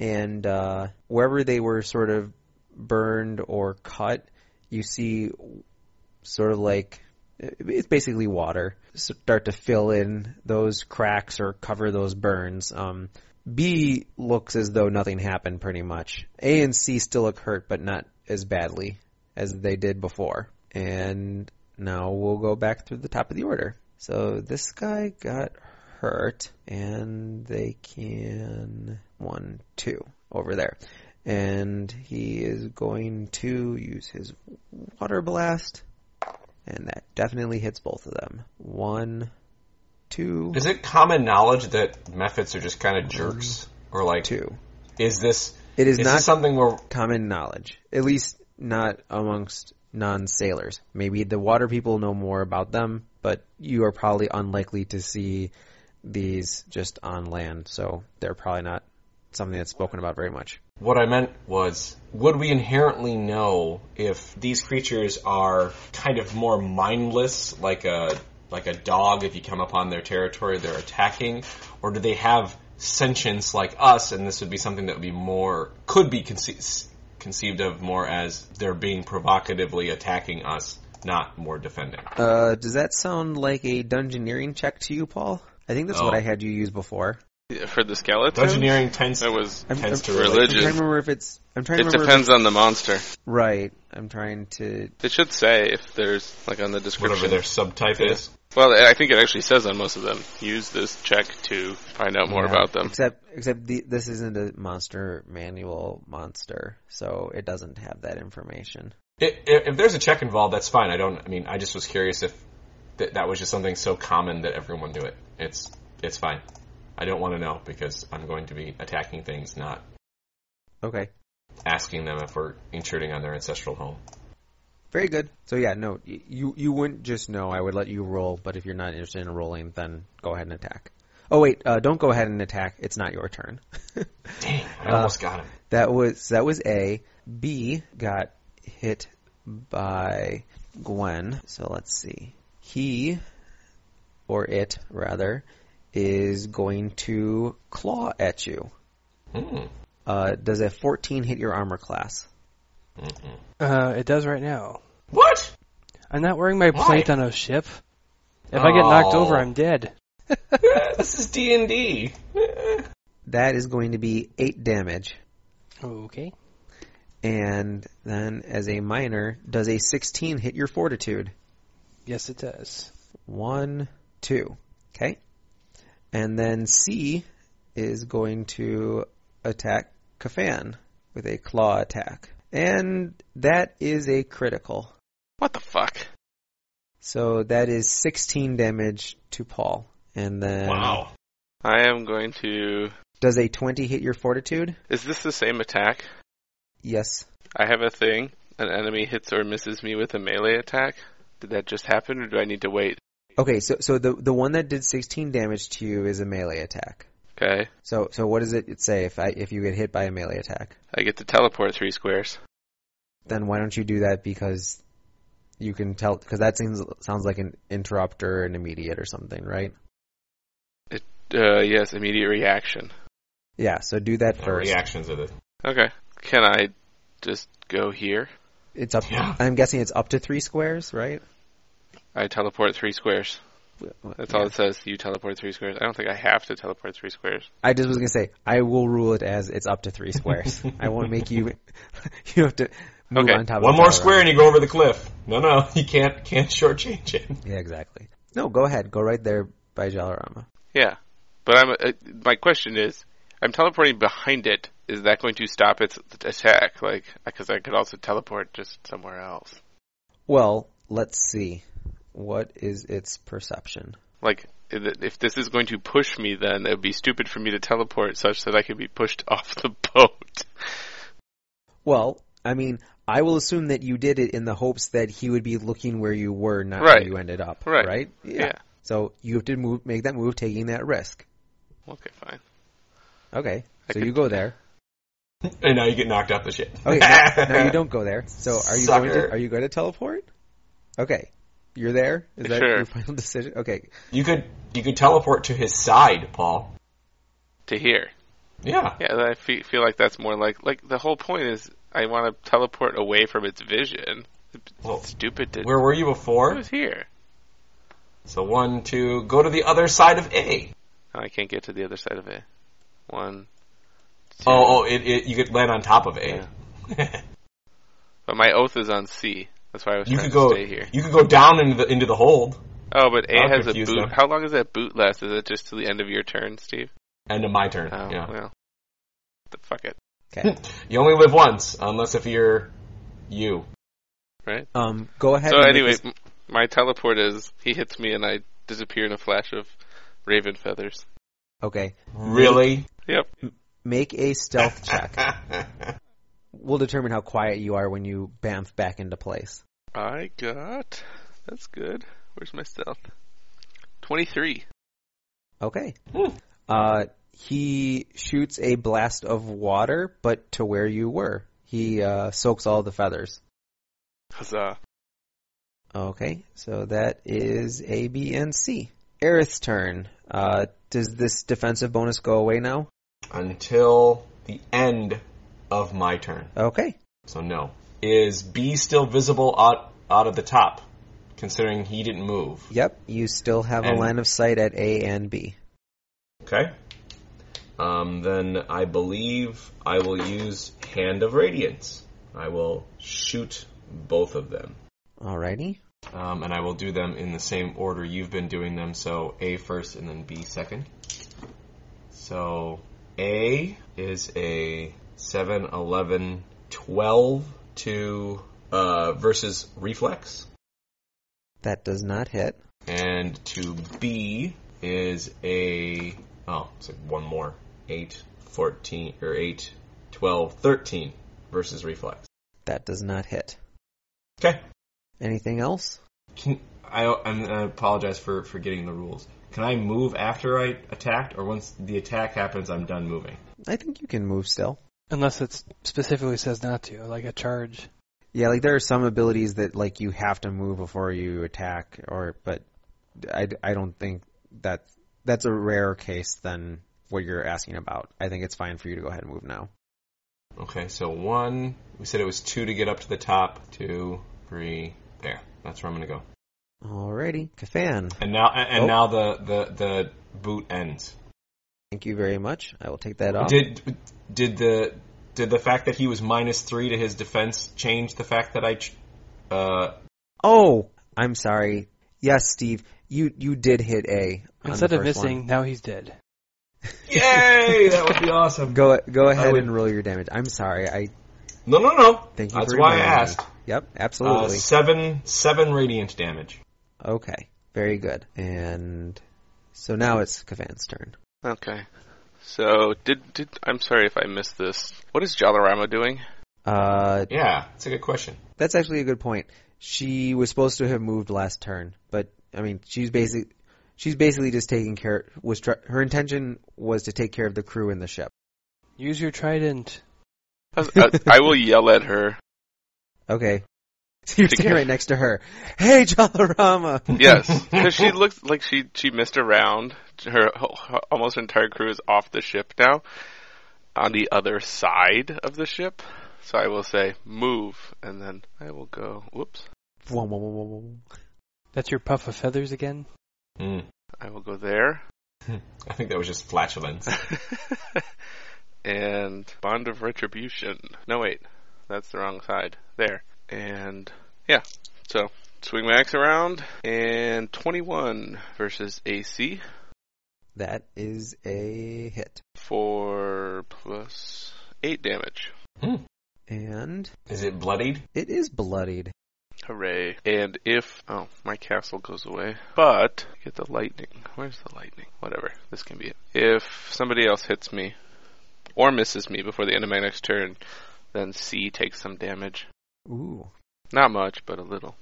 Speaker 1: and uh, wherever they were sort of burned or cut, you see sort of like it's basically water start to fill in those cracks or cover those burns. Um, B looks as though nothing happened pretty much. A and C still look hurt, but not as badly as they did before. And now we'll go back through the top of the order. So this guy got hurt, and they can one, two over there. And he is going to use his water blast, and that definitely hits both of them. One, two,
Speaker 2: Is it common knowledge that methods are just kind of jerks, or like,
Speaker 1: Mm-hmm. two.
Speaker 2: is this
Speaker 1: It is,
Speaker 2: is
Speaker 1: not
Speaker 2: this something where
Speaker 1: common knowledge, at least not amongst non-sailors. Maybe the water people know more about them, but you are probably unlikely to see these just on land, so they're probably not something that's spoken about very much.
Speaker 2: What I meant was, would we inherently know if these creatures are kind of more mindless, like a like a dog? If you come upon their territory, they're attacking, or do they have sentience like us? And this would be something that would be more could be conce- conceived of more as they're being provocatively attacking us, not more defending.
Speaker 1: Uh, does that sound like a dungeoneering check to you, Paul? I think that's what
Speaker 2: Oh.
Speaker 1: I had you use before.
Speaker 3: Yeah, For the skeleton,
Speaker 2: Dungeoneering tends
Speaker 3: that was.
Speaker 1: I'm,
Speaker 2: tends to
Speaker 1: I'm,
Speaker 2: relate.
Speaker 1: I'm trying to
Speaker 3: religion.
Speaker 1: remember if it's. I'm trying to
Speaker 3: It
Speaker 1: remember. if
Speaker 3: depends on the monster.
Speaker 1: it's- right. I'm trying to.
Speaker 3: It should say if there's like on the
Speaker 2: whatever
Speaker 3: description.
Speaker 2: their subtype is.
Speaker 3: Well, I think it actually says on most of them. Use this check to find out more
Speaker 1: Yeah.
Speaker 3: about them.
Speaker 1: Except, except the, this isn't a monster manual monster, so it doesn't have that information.
Speaker 2: I- i- If there's a check involved, that's fine. I don't. I mean, I just was curious if th- that was just something so common that everyone knew it. It's it's fine. I don't want to know because I'm going to be attacking things, not
Speaker 1: Okay.
Speaker 2: asking them if we're intruding on their ancestral home.
Speaker 1: Very good. So yeah, no, y- you you wouldn't just know. I would let you roll, but if you're not interested in rolling, then go ahead and attack. Oh wait, uh, don't go ahead and attack. It's not your turn.
Speaker 2: Dang,
Speaker 1: Uh,
Speaker 2: I almost got him.
Speaker 1: That was that was A. B got hit by Gwen. So let's see. He or it rather is going to claw at you.
Speaker 2: Mm.
Speaker 1: Uh, does a 14 hit your armor class?
Speaker 4: Uh, it does right now.
Speaker 2: Mm-hmm. What?
Speaker 4: I'm not wearing my
Speaker 2: Why?
Speaker 4: plate on a ship. If I get knocked
Speaker 2: Oh.
Speaker 4: over, I'm dead.
Speaker 2: Eh, this is D and D.
Speaker 1: That is going to be eight damage.
Speaker 4: Okay.
Speaker 1: And then as a minor, does a 16 hit your fortitude?
Speaker 4: Yes, it does.
Speaker 1: One, two. Okay. And then C is going to attack Kafan with a claw attack. And that is a critical.
Speaker 3: What the fuck?
Speaker 1: So that is 16 damage to Paul. And then
Speaker 2: Wow.
Speaker 3: I am going to.
Speaker 1: does a 20 hit your fortitude?
Speaker 3: Is this the same attack?
Speaker 1: Yes.
Speaker 3: I have a thing. An enemy hits or misses me with a melee attack. Did that just happen, or do I need to wait?
Speaker 1: Okay, so so the the one that did 16 damage to you is a melee attack.
Speaker 3: Okay,
Speaker 1: So so what does it say if I if you get hit by a melee attack?
Speaker 3: I get to teleport three squares.
Speaker 1: Then why don't you do that because you can tell because that seems sounds like an interrupt or an immediate or something, right?
Speaker 3: Uh, yes, immediate reaction.
Speaker 1: Yeah, so do that
Speaker 2: Oh, Yeah,
Speaker 1: first.
Speaker 2: Reactions of it.
Speaker 3: Okay, can I just go here?
Speaker 1: It's up.
Speaker 2: Yeah.
Speaker 1: I'm guessing it's up to three squares, right?
Speaker 3: I teleport three squares. That's all it says. You teleport three squares. I don't think I have to teleport three squares.
Speaker 1: I just was gonna say I will rule it as it's up to three squares. I won't make you. you have to move
Speaker 3: Okay,
Speaker 1: on top.
Speaker 2: One
Speaker 1: of
Speaker 2: more
Speaker 1: that
Speaker 2: square
Speaker 1: round.
Speaker 2: and you go over the cliff. No, no, you can't can't shortchange it.
Speaker 1: Yeah, exactly. No, go ahead. Go right there by Jalarama.
Speaker 3: Yeah, but I'm. Uh, my question is, I'm teleporting behind it. Is that going to stop its attack? Like, because I could also teleport just somewhere else.
Speaker 1: Well, let's see. What is its perception?
Speaker 3: Like, if if this is going to push me, then it would be stupid for me to teleport such that I could be pushed off the boat.
Speaker 1: Well, I mean, I will assume that you did it in the hopes that he would be looking where you were, not
Speaker 3: Right.
Speaker 1: where you ended up.
Speaker 3: Right.
Speaker 1: Right.
Speaker 3: Yeah.
Speaker 1: So you have to move, make that move, taking that risk.
Speaker 3: Okay, fine.
Speaker 1: Okay.
Speaker 3: I
Speaker 1: So
Speaker 3: could-
Speaker 1: you go there.
Speaker 2: And now you get knocked off the ship.
Speaker 1: Okay. Oh, No, no, you don't go there. So are you going
Speaker 2: Sucker.
Speaker 1: to are you going to teleport? Okay. You're there. Is that
Speaker 3: Sure.
Speaker 1: your final decision? Okay.
Speaker 2: You could you could teleport to his side, Paul.
Speaker 3: To here.
Speaker 2: Yeah.
Speaker 3: Yeah, I fe- feel like that's more like like the whole point is I want to teleport away from its vision. It's
Speaker 2: Well,
Speaker 3: stupid to.
Speaker 2: Where were you
Speaker 3: I
Speaker 2: before?
Speaker 3: was here.
Speaker 2: So one, two, go to the other side of A.
Speaker 3: Oh, I can't get to the other side of it. One. two.
Speaker 2: Oh, oh, it, it you could land on top of A.
Speaker 3: But my oath is on C. That's why I was
Speaker 2: you
Speaker 3: trying
Speaker 2: could
Speaker 3: to
Speaker 2: go
Speaker 3: stay here.
Speaker 2: you could go down into the into the hold.
Speaker 3: Oh, but A
Speaker 2: I'm
Speaker 3: has a boot.
Speaker 2: confused now.
Speaker 3: How long does that boot last? Is it just to the end of your turn, Steve?
Speaker 2: End of my turn.
Speaker 3: Oh,
Speaker 2: yeah.
Speaker 3: well. The fuck it.
Speaker 1: Okay.
Speaker 2: You only live once, unless if you're you.
Speaker 1: Um. Go ahead.
Speaker 3: So
Speaker 1: and make
Speaker 3: anyway,
Speaker 1: this-
Speaker 3: m my teleport is he hits me and I disappear in a flash of raven feathers.
Speaker 1: Okay.
Speaker 2: Really?
Speaker 3: Yep.
Speaker 1: Make a stealth check. We'll determine how quiet you are when you bamf back into place.
Speaker 3: I got. That's good. Where's my stealth? 23.
Speaker 1: Okay.
Speaker 2: Hmm.
Speaker 1: Uh, he shoots a blast of water, but to where you were. He uh, soaks all the feathers.
Speaker 3: Huzzah.
Speaker 1: Okay, so that is A, B, and C. Aerith's turn. Uh, does this defensive bonus go away now?
Speaker 2: Until the end of my turn.
Speaker 1: Okay.
Speaker 2: So no. Is B still visible out out of the top? Considering he didn't move.
Speaker 1: Yep, you still have
Speaker 2: And-
Speaker 1: a line of sight at A and B.
Speaker 2: Okay. Um, then I believe I will use Hand of Radiance. I will shoot both of them.
Speaker 1: Alrighty.
Speaker 2: Um, and I will do them in the same order you've been doing them, so A first and then B second. So A is a 7, 11, 12 to uh, versus reflex,
Speaker 1: That does not hit.
Speaker 2: and to B is a oh, it's like one more 8, 14 or 8, 12, 13 versus reflex.
Speaker 1: That does not hit.
Speaker 2: Okay.
Speaker 1: Anything else?
Speaker 2: Can I? I'm, I apologize for for getting the rules. Can I move after I attacked, or once the attack happens, I'm done moving?
Speaker 1: I think you can move still.
Speaker 4: Unless it specifically says not to, like a charge.
Speaker 1: Yeah, like there are some abilities that like you have to move before you attack, or but I, I don't think that that's a rarer case than what you're asking about. I think it's fine for you to go ahead and move now.
Speaker 2: Okay, so one, we said it was two to get up to the top. Two, three, there. That's where I'm gonna go.
Speaker 1: Alrighty, Kafan.
Speaker 2: And now, and, and
Speaker 1: Oh.
Speaker 2: now the, the the boot ends.
Speaker 1: Thank you very much. I will take that off.
Speaker 2: Did did the did the fact that he was minus three to his defense change the fact that I? Ch- uh,
Speaker 1: Oh, I'm sorry. Yes, Steve, you you did hit A. on
Speaker 4: Instead
Speaker 1: the
Speaker 4: of
Speaker 1: first
Speaker 4: missing, now he's dead.
Speaker 2: yay! That would be awesome.
Speaker 1: one. go
Speaker 4: Oh,
Speaker 1: go ahead
Speaker 2: would-
Speaker 1: and roll your damage. I'm sorry. I
Speaker 2: No, no, no.
Speaker 1: thank you.
Speaker 2: That's
Speaker 1: for
Speaker 2: why I
Speaker 1: reminding me.
Speaker 2: asked.
Speaker 1: Yep,
Speaker 2: Uh,
Speaker 1: absolutely.
Speaker 2: seven seven radiant damage.
Speaker 1: okay, very good. And so now it's Kafan's turn.
Speaker 3: Okay. So did did I'm sorry if I missed this. What is Jalarama doing?
Speaker 1: Uh,
Speaker 2: Yeah, that's a good question.
Speaker 1: That's actually a good point. She was supposed to have moved last turn, but I mean, she's basic. She's basically just taking care. Was tr- her intention was to take care of the crew in the ship.
Speaker 4: Use your trident.
Speaker 3: I, I- uh, I will yell at her.
Speaker 1: Okay, so you're
Speaker 3: Take
Speaker 1: sitting
Speaker 3: care.
Speaker 1: right next to her. Hey, Jalarama.
Speaker 3: Yes, because she looks like she she missed a round. Her, whole- her almost entire crew is off the ship now, on the other side of the ship. So I will say move, and then I will go. Whoops.
Speaker 1: Whoa, whoa, whoa, whoa, whoa.
Speaker 4: That's your puff of feathers again.
Speaker 2: Mm.
Speaker 3: I will go there.
Speaker 2: I think that was just flatulence.
Speaker 3: and Bond of Retribution. No, wait, that's the wrong side. There. And yeah, so swing my axe around and 21 versus AC
Speaker 1: That is a hit.
Speaker 3: for plus 8 damage.
Speaker 1: And
Speaker 2: Hmm. Is it bloodied?
Speaker 1: it is bloodied.
Speaker 3: Hooray. And if, oh, my castle goes away, but get the lightning. Where's the lightning? Whatever. This can be it. If somebody else hits me or misses me before the end of my next turn, then C takes some damage.
Speaker 1: Ooh.
Speaker 3: Not much, but a little.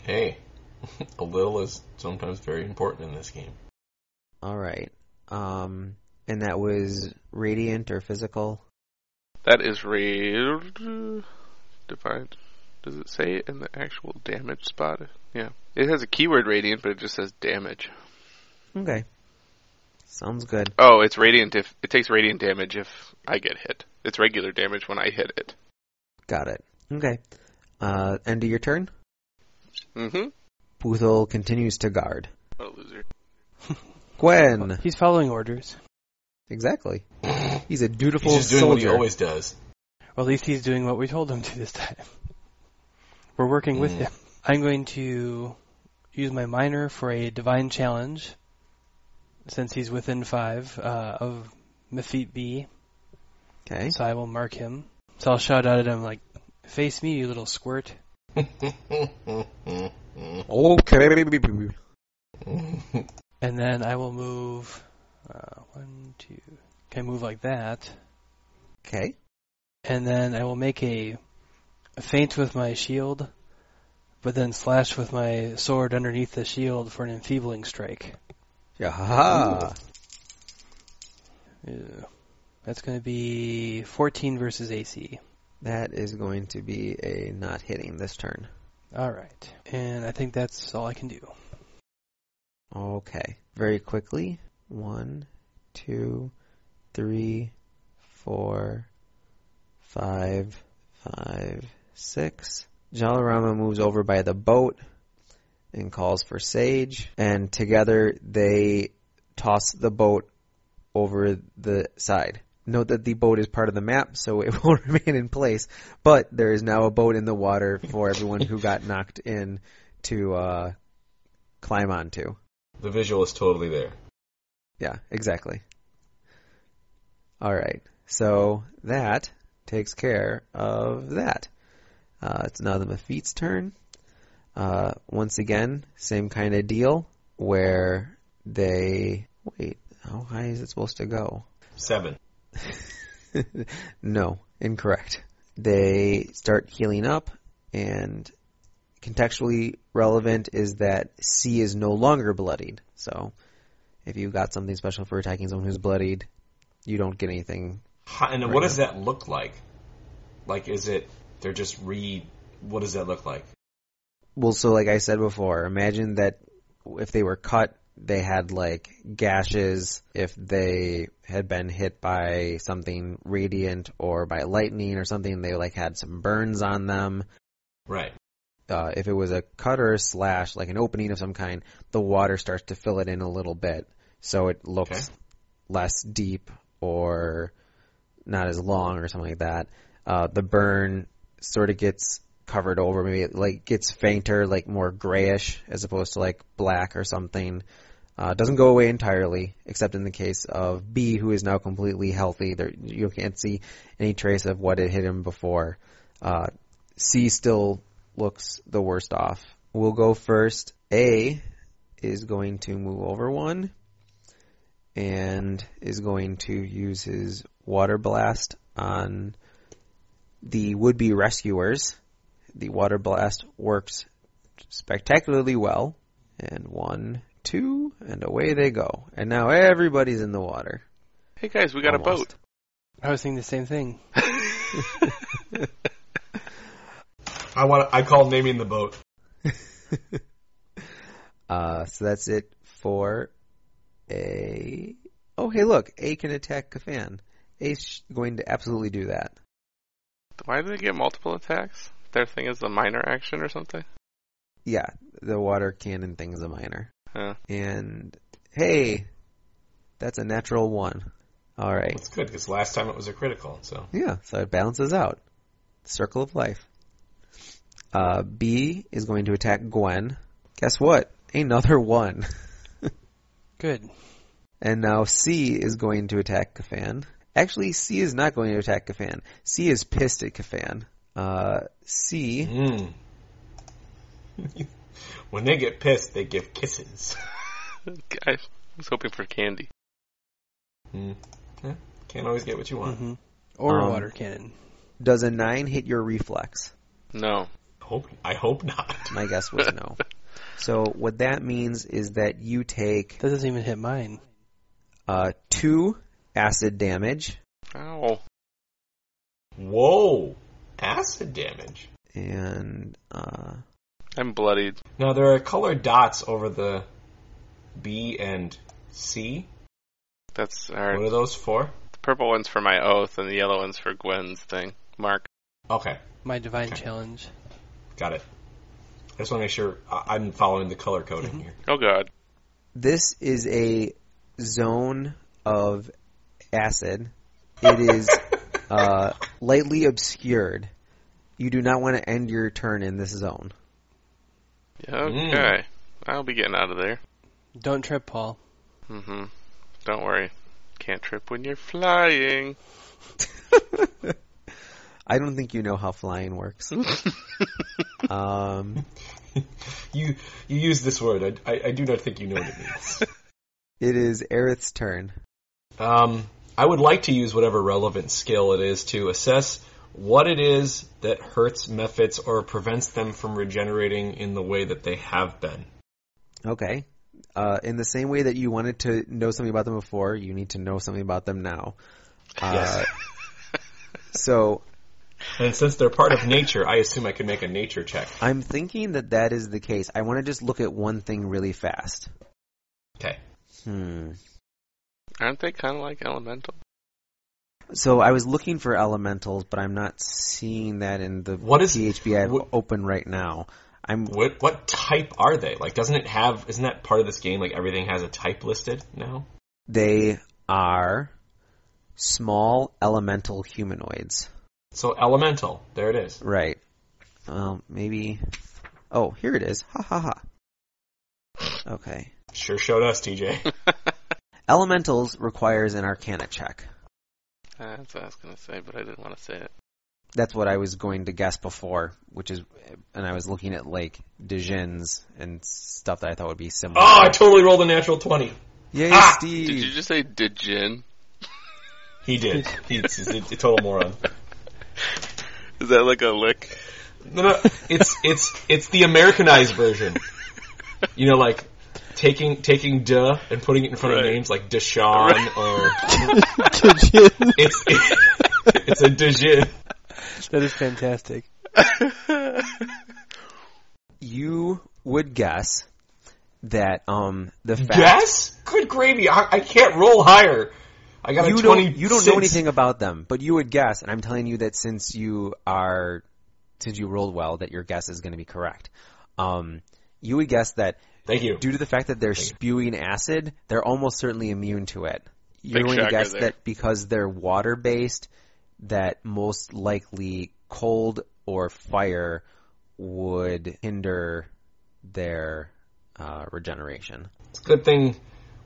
Speaker 2: Hey, a little is sometimes very important in this game.
Speaker 1: All right. Um, and that was radiant or physical.
Speaker 3: That is real divide. Does it say it in the actual damage spot? Yeah. It has a keyword radiant, but it just says damage.
Speaker 1: Okay. Sounds good.
Speaker 3: Oh, it's radiant if it takes radiant damage if I get hit. It's regular damage when I hit it.
Speaker 1: Got it. Okay. Uh, end of your turn.
Speaker 3: Mm-hmm.
Speaker 1: Puthul continues to guard.
Speaker 3: What a loser.
Speaker 1: Gwen.
Speaker 4: He's following orders.
Speaker 1: Exactly.
Speaker 2: He's
Speaker 1: He's a dutiful
Speaker 2: just doing what he
Speaker 1: soldier.
Speaker 2: always does.
Speaker 4: Well, at least he's doing what we told him to this time. We're working with
Speaker 2: Mm.
Speaker 4: him. I'm going to use my minor for a divine challenge, since he's within five uh, of Mephite B.
Speaker 1: Okay.
Speaker 4: So I will mark him. So I'll shout out at him like, "Face me, you little squirt!"
Speaker 1: Okay.
Speaker 4: And then I will move uh, one, two. Can I move like that?
Speaker 1: Okay.
Speaker 4: and then I will make a, a feint with my shield, but then slash with my sword underneath the shield for an enfeebling strike.
Speaker 1: Yeah.
Speaker 4: Ew. That's going to be 14 versus AC.
Speaker 1: That is going to be a not hitting this turn.
Speaker 4: All right, and I think that's all I can do.
Speaker 1: Okay. Very quickly. One, two, three, four, five, five, six. Jalarama moves over by the boat and calls for Sage, and together they toss the boat over the side. Note that the boat is part of the map, so it will remain in place, but there is now a boat in the water for everyone who got knocked in to uh, climb onto.
Speaker 2: the visual is totally there.
Speaker 1: Yeah, exactly. All right. So that takes care of that. Uh, it's now the Mephite's turn. Uh, once again, same kind of deal where they. Wait, how high is it supposed to go?
Speaker 2: Seven.
Speaker 1: no, incorrect. They start healing up, and contextually relevant is that C is no longer bloodied. So If you got something special for attacking someone who's bloodied, you don't get anything.
Speaker 2: How, and what does that look like? Like, is it they're just re? What does that look like?
Speaker 1: Well, so like I said before, imagine that if they were cut, they had like gashes. If they had been hit by something radiant or by lightning or something, they like had some burns on them.
Speaker 2: Right.
Speaker 1: uh, if it was a cut or a slash, like an opening of some kind, the water starts to fill it in a little bit, so it looks
Speaker 2: Okay.
Speaker 1: less deep or not as long or something like that. Uh, the burn sort of gets covered over, maybe it, like gets fainter, like more grayish as opposed to like black or something. Uh, doesn't go away entirely, except in the case of B, who is now completely healthy. There, you can't see any trace of what had hit him before. Uh, C still looks the worst off. We'll go first. A is going to move over one and is going to use his water blast on the would be rescuers. The water blast works spectacularly well. And one, two, and away they go. And now everybody's in the water.
Speaker 3: Hey guys, we got
Speaker 1: Almost.
Speaker 4: I was thinking the same thing.
Speaker 3: a boat.
Speaker 2: I want. I call naming the boat.
Speaker 1: Uh, so that's it for A. Oh, hey, look. A can attack Kafan. A's going to absolutely do that.
Speaker 3: Why do they get multiple attacks? Their thing is a minor action or something.
Speaker 1: Yeah, the water cannon thing is a minor.
Speaker 3: Huh.
Speaker 1: And hey, that's a natural one. All right.
Speaker 2: That's good because last time it was a critical. So
Speaker 1: Yeah, so it balances out. Circle of life. Uh, B is going to attack Gwen. Guess what? Another one.
Speaker 4: Good.
Speaker 1: And now C is going to attack Kafan. Actually, C is not going to attack Kafan. C is pissed at Kafan. Uh, C.
Speaker 2: Mm. when they get pissed, they give kisses.
Speaker 3: I was hoping for candy.
Speaker 2: Mm. Yeah, can't always get what you want.
Speaker 4: hmm Or
Speaker 1: Um,
Speaker 4: water cannon.
Speaker 1: Does a 9 hit your reflex?
Speaker 3: No.
Speaker 2: Hope I hope not.
Speaker 1: My guess was no. So what that means is that you take
Speaker 4: That doesn't even hit mine.
Speaker 1: uh, 2 acid damage.
Speaker 3: Ow.
Speaker 2: Whoa, acid damage.
Speaker 1: And uh,
Speaker 3: I'm bloodied.
Speaker 2: Now there are colored dots over the B and C.
Speaker 3: That's
Speaker 2: What
Speaker 3: our
Speaker 2: are those for?
Speaker 3: the purple one's for my oath and the yellow one's for Gwen's thing. Mark.
Speaker 2: Okay,
Speaker 4: My divine
Speaker 2: Okay.
Speaker 4: challenge.
Speaker 2: got it. I just want to make sure I- I'm following the color coding here.
Speaker 3: Oh god.
Speaker 1: this is a zone of acid. It is uh, lightly obscured. You do not want to end your turn in this zone. Mm.
Speaker 3: Okay. I'll be getting out of there.
Speaker 4: Don't trip, Paul.
Speaker 3: Mm-hmm. Don't worry. Can't trip when you're flying.
Speaker 1: I don't think you know how flying works. um,
Speaker 2: You you use this word. I, I, I do not think you know what it means.
Speaker 1: it is Aerith's turn.
Speaker 2: Um, I would like to use whatever relevant skill it is to assess what it is that hurts methods or prevents them from regenerating in the way that they have been.
Speaker 1: Okay. Uh, in the same way that you wanted to know something about them before, you need to know something about them now. Uh, so
Speaker 2: And since they're part of nature, I assume I can make a nature check.
Speaker 1: I'm thinking that that is the case. I want to just look at one thing really fast.
Speaker 2: Okay.
Speaker 1: Hmm.
Speaker 3: Aren't they kinda like elemental?
Speaker 1: So I was looking for elementals, but I'm not seeing that in the
Speaker 2: What is-
Speaker 1: PHP I have
Speaker 2: what-
Speaker 1: open right now. I'm
Speaker 2: What what type are they? Like, doesn't it have? Isn't that part of this game? Like, everything has a type listed now.
Speaker 1: they are small elemental humanoids,
Speaker 2: So elemental. There it is.
Speaker 1: right? Um, maybe. Oh, here it is. Ha ha ha. Okay.
Speaker 2: Sure showed us, TJ.
Speaker 1: Elementals requires an Arcana check.
Speaker 3: That's what I was gonna say, but I didn't want to say it.
Speaker 1: That's what I was going to guess before, which is, and I was looking at like Dijin's and stuff that I thought would be similar.
Speaker 2: oh, I totally rolled a natural twenty.
Speaker 1: Yay,
Speaker 2: Ah!
Speaker 1: Steve!
Speaker 3: Did you just say Dijin?
Speaker 2: He did. He's, he's a total moron.
Speaker 3: Is that like a lick?
Speaker 2: No, no, it's it's it's the Americanized version. You know, like taking taking duh and putting it in front of
Speaker 3: Right.
Speaker 2: names like Deshaun or
Speaker 4: Dijin.
Speaker 2: it's it's a Dejin.
Speaker 4: that is fantastic.
Speaker 1: You would guess that um the fact
Speaker 2: Yes, good gravy. I, I can't roll higher. I got
Speaker 1: you
Speaker 2: a twenty.
Speaker 1: don't you don't know anything about them, but you would guess, and I'm telling you that since you are since you rolled well, that your guess is going to be correct. Um, you would guess that
Speaker 2: Thank you.
Speaker 1: due to the fact that they're spewing acid, they're almost certainly immune to it. You're
Speaker 3: Big
Speaker 1: going to
Speaker 3: shocker
Speaker 1: guess
Speaker 3: there.
Speaker 1: that because they're water based, that most likely cold or fire would hinder their uh, regeneration.
Speaker 2: It's a good thing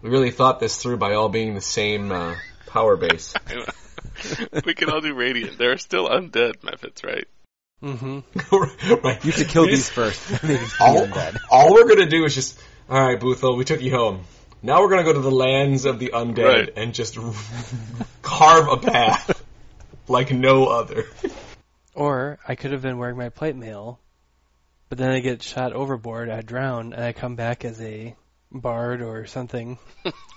Speaker 2: we really thought this through by all being the same uh, power base.
Speaker 3: we can all do radiant. There are still undead methods, right?
Speaker 4: hmm
Speaker 2: right.
Speaker 1: You have to kill
Speaker 2: We
Speaker 1: these
Speaker 2: just-
Speaker 1: first. That makes me
Speaker 2: All,
Speaker 1: undead.
Speaker 2: all we're gonna do is just all right, Boothill. We took you home. Now we're gonna go to the lands of the undead
Speaker 3: Right.
Speaker 2: and just carve a path like no other.
Speaker 4: Or I could have been wearing my plate mail, but then I get shot overboard, I drown, and I come back as a bard or something.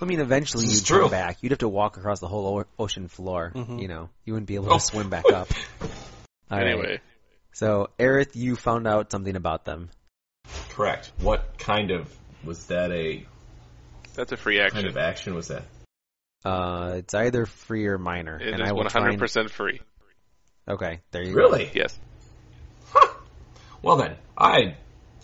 Speaker 1: I mean, eventually
Speaker 2: This
Speaker 1: you'd
Speaker 2: is
Speaker 1: come
Speaker 2: true.
Speaker 1: back. You'd have to walk across the whole o- ocean floor. You know, you wouldn't be able to
Speaker 2: Oh.
Speaker 1: swim back up. All right.
Speaker 3: anyway,
Speaker 1: So, Aerith, you found out something about them.
Speaker 2: Correct. What kind of was that? A
Speaker 3: that's a free
Speaker 2: kind
Speaker 3: action.
Speaker 2: of action was that?
Speaker 1: Uh, it's either free or minor,
Speaker 3: It
Speaker 1: and
Speaker 3: is
Speaker 1: I will
Speaker 3: one
Speaker 1: try
Speaker 3: hundred
Speaker 1: and-
Speaker 3: percent free.
Speaker 1: Okay, there you go.
Speaker 2: Really?
Speaker 3: Yes.
Speaker 2: Huh. Well then, I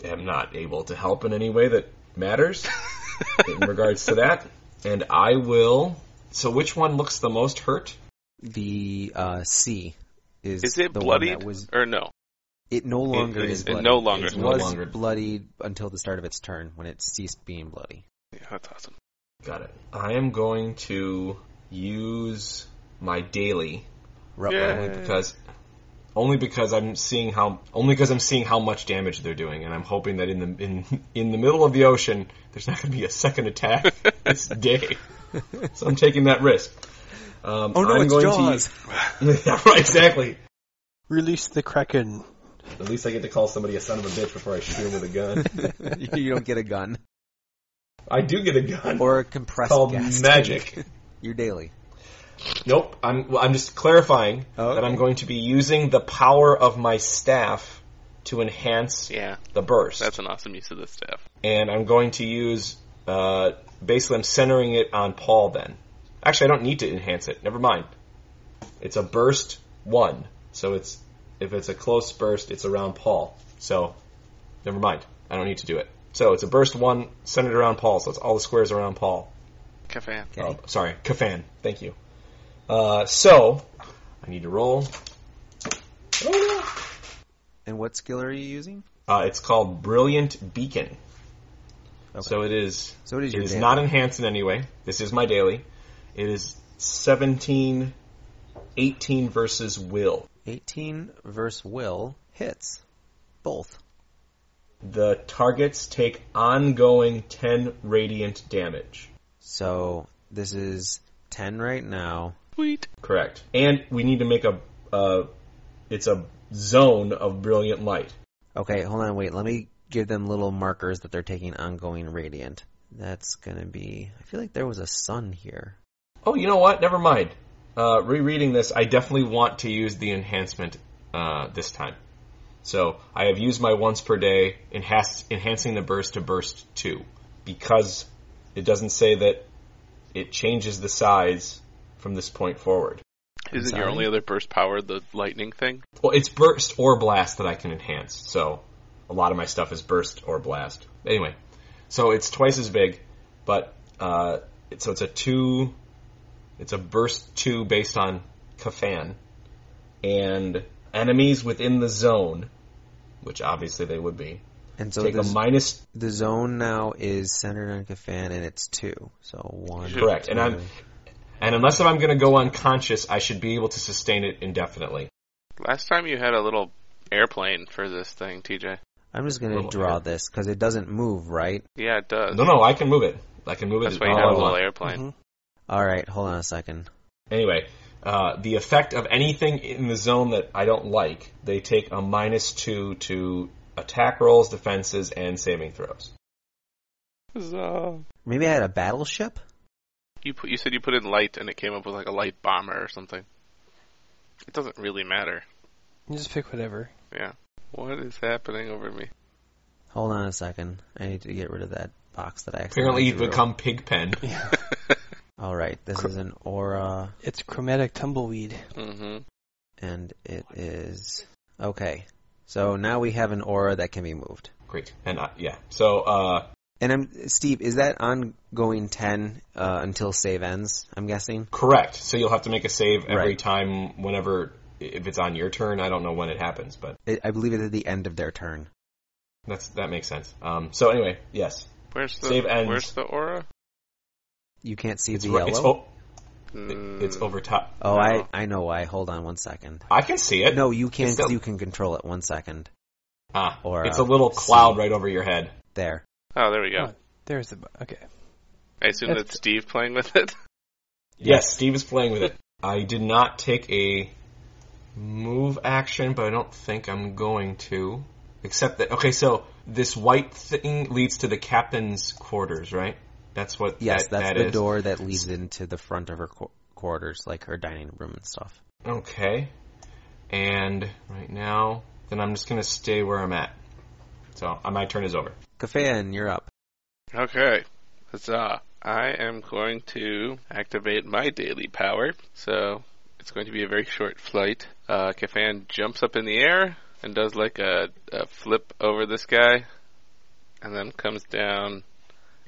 Speaker 2: am not able to help in any way that matters in regards to that, and I will. So, which one looks the most hurt?
Speaker 1: The uh, C is
Speaker 3: Is it
Speaker 1: the
Speaker 3: bloodied
Speaker 1: one that was.
Speaker 3: or no?
Speaker 1: It no longer
Speaker 2: it
Speaker 1: is
Speaker 2: is-
Speaker 3: it
Speaker 1: bloodied.
Speaker 3: no longer-
Speaker 1: It
Speaker 3: It's no
Speaker 1: was
Speaker 2: longer-
Speaker 1: bloodied until the start of its turn when it ceased being bloody.
Speaker 3: Yeah, that's awesome.
Speaker 2: Got it. I am going to use my daily only
Speaker 1: Ruh-roh.
Speaker 3: Yeah.
Speaker 2: because only because I'm seeing how only because I'm seeing how much damage they're doing, and I'm hoping that in the in in the middle of the ocean, there's not going to be a second attack this day. so I'm taking that risk. Um,
Speaker 1: Oh no,
Speaker 2: I'm
Speaker 1: it's
Speaker 2: going
Speaker 1: Jaws.
Speaker 2: To, yeah, right, exactly.
Speaker 4: Release the Kraken.
Speaker 2: At least I get to call somebody a son of a bitch before I shoot him with a gun.
Speaker 1: you don't get a gun
Speaker 2: I do get a gun
Speaker 1: or a compressed
Speaker 2: called
Speaker 1: gas.
Speaker 2: magic.
Speaker 1: You're daily.
Speaker 2: Nope. I'm well, I'm just clarifying
Speaker 1: Oh,
Speaker 2: that I'm
Speaker 1: okay.
Speaker 2: going to be using the power of my staff to enhance
Speaker 3: Yeah,
Speaker 2: the burst.
Speaker 3: that's an awesome use of the staff.
Speaker 2: and I'm going to use uh, basically I'm centering it on Paul then. Actually, I don't need to enhance it. Never mind. It's a burst one, so it's if it's a close burst, it's around Paul. So never mind. I don't need to do it. So it's a burst one centered around Paul. So it's all the squares around Paul.
Speaker 3: Cafan.
Speaker 1: Okay.
Speaker 2: Oh, sorry, Kafan. Thank you. Uh, so I need to roll.
Speaker 1: And what skill are you using?
Speaker 2: Uh, it's called Brilliant Beacon. So it is
Speaker 1: So it is
Speaker 2: It
Speaker 1: your
Speaker 2: is
Speaker 1: daily.
Speaker 2: not enhanced in any way. This is my daily. It is 17, 18 versus will.
Speaker 1: 18 verse will hits both.
Speaker 2: The targets take ongoing 10 radiant damage.
Speaker 1: So this is 10 right now.
Speaker 3: Sweet.
Speaker 2: Correct. And we need to make a, uh, it's a zone of brilliant light.
Speaker 1: Okay, hold on, wait. Let me give them little markers that they're taking ongoing radiant. That's gonna be. I feel like there was a sun here.
Speaker 2: Oh, you know what? Never mind. Uh, rereading this, I definitely want to use the enhancement uh, this time. So I have used my once per day, enhance, enhancing the burst to burst two, because it doesn't say that it changes the size from this point forward.
Speaker 3: Isn't your
Speaker 1: sorry?
Speaker 3: only other burst power the lightning thing?
Speaker 2: Well, it's burst or blast that I can enhance. So a lot of my stuff is burst or blast. Anyway, so it's twice as big, but uh, it, so it's a two. It's a burst two based on Kafan, and enemies within the zone, which obviously they would be,
Speaker 1: And so
Speaker 2: take a
Speaker 1: this,
Speaker 2: minus.
Speaker 1: the zone now is centered on Kafan and it's 2. So 1.
Speaker 3: Sure.
Speaker 2: Correct, and I'm. And unless I'm going to go unconscious, I should be able to sustain it indefinitely.
Speaker 3: Last time you had a little airplane for this thing, TJ.
Speaker 1: I'm just gonna
Speaker 2: Little
Speaker 1: draw
Speaker 2: air.
Speaker 1: this because it doesn't move, right?
Speaker 3: Yeah, it does.
Speaker 2: No, no, I can move it. Mm-hmm. I can move it.
Speaker 3: That's why you
Speaker 2: all
Speaker 3: had
Speaker 2: I
Speaker 3: a little
Speaker 2: want.
Speaker 3: airplane.
Speaker 4: Mhm.
Speaker 1: Alright, hold on a second.
Speaker 2: Anyway, uh, the effect of anything in the zone that I don't like, they take a minus two to attack rolls, defenses, and saving throws.
Speaker 3: Huzzah.
Speaker 1: Maybe I had a battleship.
Speaker 3: You put you said you put in light and it came up with like a light bomber or something. It doesn't really matter.
Speaker 4: You just pick whatever.
Speaker 3: What is happening over me?
Speaker 1: Hold on a second. I need to get rid of that box that I
Speaker 2: Apparently,
Speaker 1: accidentally
Speaker 2: you've
Speaker 1: drew.
Speaker 2: become Pigpen.
Speaker 4: Yeah.
Speaker 1: All right, this is an aura,
Speaker 4: It's chromatic tumbleweed.
Speaker 3: hmm
Speaker 1: and it is okay. So now we have an aura that can be moved.
Speaker 2: Great. And uh, yeah, so uh,
Speaker 1: And I'm Steve. Is that ongoing ten uh, until save ends? I'm guessing.
Speaker 2: correct. So you'll have to make a save every
Speaker 1: Right.
Speaker 2: time, whenever if it's on your turn. I don't know when it happens, but
Speaker 1: I I believe it's at the end of their turn.
Speaker 2: that's that makes sense. Um, so anyway, yes,
Speaker 3: Where's the
Speaker 2: Save ends.
Speaker 3: Where's the aura?
Speaker 1: You can't see
Speaker 2: it's
Speaker 1: the
Speaker 2: ri-
Speaker 1: yellow.
Speaker 2: it's o-
Speaker 3: Mm,
Speaker 2: it's over top.
Speaker 1: oh,
Speaker 3: no.
Speaker 1: I I know why. Hold on one second.
Speaker 2: I can see it.
Speaker 1: No, you can
Speaker 2: It's still-
Speaker 1: because you can control it. One second.
Speaker 2: ah,
Speaker 1: or,
Speaker 2: it's
Speaker 1: uh,
Speaker 2: a little cloud
Speaker 1: see.
Speaker 2: right over your head.
Speaker 1: There.
Speaker 3: Oh, there we go.
Speaker 4: Huh. There's the. bu- Okay.
Speaker 3: I assume
Speaker 4: That's-
Speaker 3: that's Steve playing with it.
Speaker 2: Yes, Steve is playing with it. I did not take a move action, but I don't think I'm going to. Except that, okay, so this white thing leads to the captain's quarters, right? That's what
Speaker 1: Yes,
Speaker 2: that,
Speaker 1: that's
Speaker 2: that
Speaker 1: the
Speaker 2: is.
Speaker 1: door that leads into the front of her qu- quarters, like her dining room and stuff.
Speaker 2: Okay. And right now, then I'm just going to stay where I'm at. So uh, my turn is over.
Speaker 1: Kafan, you're up.
Speaker 3: Okay. Huzzah. I am going to activate my daily power. So it's going to be a very short flight. Uh, Kafan jumps up in the air and does like a, a flip over this guy and then comes down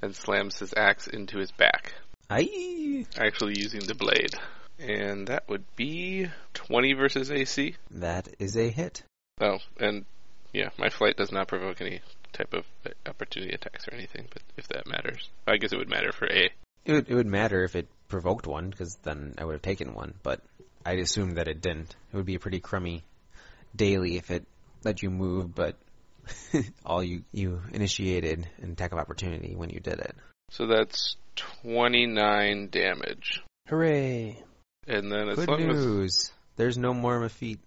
Speaker 3: and slams his axe into his back,
Speaker 1: Aye.
Speaker 3: actually using the blade. And that would be 20 versus AC.
Speaker 1: That is a hit.
Speaker 3: Oh, and yeah, my flight does not provoke any type of uh, opportunity attacks or anything, but if that matters. I guess it would matter for A.
Speaker 1: It would, it would matter if it provoked one, because then I would have taken one, but I'd assume that it didn't. It would be a pretty crummy daily if it let you move, but all you, you initiated an attack of opportunity when you did it.
Speaker 3: So that's 29 damage.
Speaker 4: Hooray!
Speaker 3: And then as
Speaker 1: Good
Speaker 3: long as.
Speaker 1: news. There's no more Mafeet.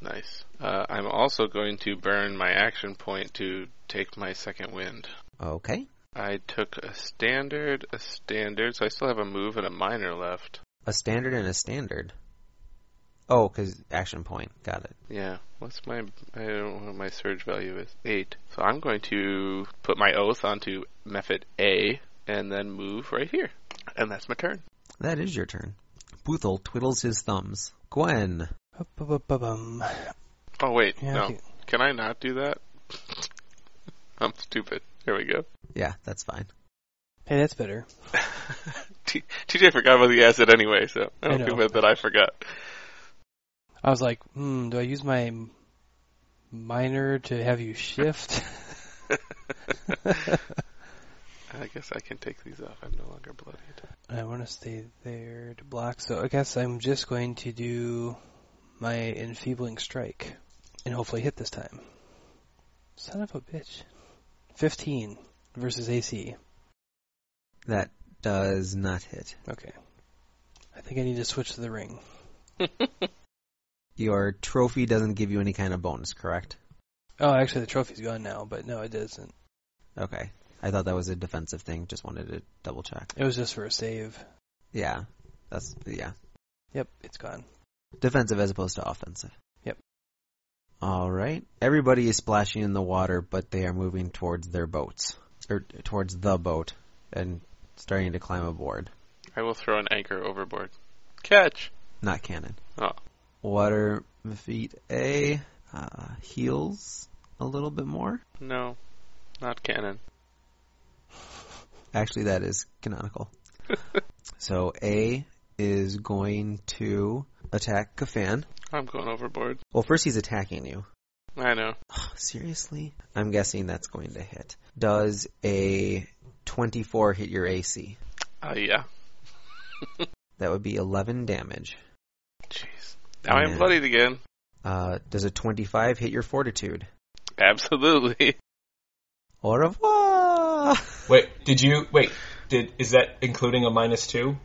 Speaker 3: Nice. Uh, I'm also going to burn my action point to take my second wind.
Speaker 1: Okay.
Speaker 3: I took a standard, a standard, so I still have a move and a minor left.
Speaker 1: A standard and a standard. Oh, because action point. Got it.
Speaker 3: Yeah, what's my. I don't know what my surge value is. 8. So I'm going to put my oath onto method A and then move right here. And that's my turn.
Speaker 1: That is your turn. Boothel twiddles his thumbs. Gwen.
Speaker 4: Ba-ba-ba-bum.
Speaker 3: Oh, wait,
Speaker 4: Yeah,
Speaker 3: no.
Speaker 4: okay.
Speaker 3: Can I not do that? I'm stupid. There we go.
Speaker 1: Yeah, that's fine.
Speaker 4: Hey, that's better.
Speaker 3: T- TJ forgot about the acid anyway, so I
Speaker 4: I
Speaker 3: don't
Speaker 4: know.
Speaker 3: feel bad that I forgot.
Speaker 4: I was like, hmm, do I use my m- minor to have you shift?
Speaker 3: I guess I can take these off. I'm no longer bloodied.
Speaker 4: I want to stay there to block, so I guess I'm just going to do my enfeebling strike and hopefully hit this time. Son of a bitch. 15 versus AC.
Speaker 1: That does not hit.
Speaker 4: Okay. I think I need to switch to the ring.
Speaker 1: Your trophy doesn't give you any kind of bonus, correct?
Speaker 4: Oh, actually, the trophy's gone now, but no, it doesn't.
Speaker 1: Okay. I thought that was a defensive thing. Just wanted to double check.
Speaker 4: It was just for a save.
Speaker 1: Yeah. That's, yeah.
Speaker 4: Yep, it's gone.
Speaker 1: Defensive as opposed to offensive.
Speaker 4: Yep.
Speaker 1: Alright. Everybody is splashing in the water, but they are moving towards their boats. Or towards the boat. And starting to climb aboard.
Speaker 3: I will throw an anchor overboard. Catch!
Speaker 1: Not cannon.
Speaker 3: Oh.
Speaker 1: Water feet A uh, heals a little bit more.
Speaker 3: No, not cannon.
Speaker 1: Actually, that is canonical. so A is going to attack Kafan.
Speaker 3: I'm going overboard.
Speaker 1: Well, first he's attacking you.
Speaker 3: I know.
Speaker 1: Seriously? I'm guessing that's going to hit. Does a 24 hit your AC?
Speaker 3: Oh, yeah.
Speaker 1: That would be 11 damage.
Speaker 3: Jeez. Now I'm
Speaker 1: Yeah.
Speaker 3: bloodied again.
Speaker 1: Uh, does a 25 hit your fortitude?
Speaker 3: Absolutely.
Speaker 1: Au revoir!
Speaker 2: Wait, did you, wait, did, is that including a minus two?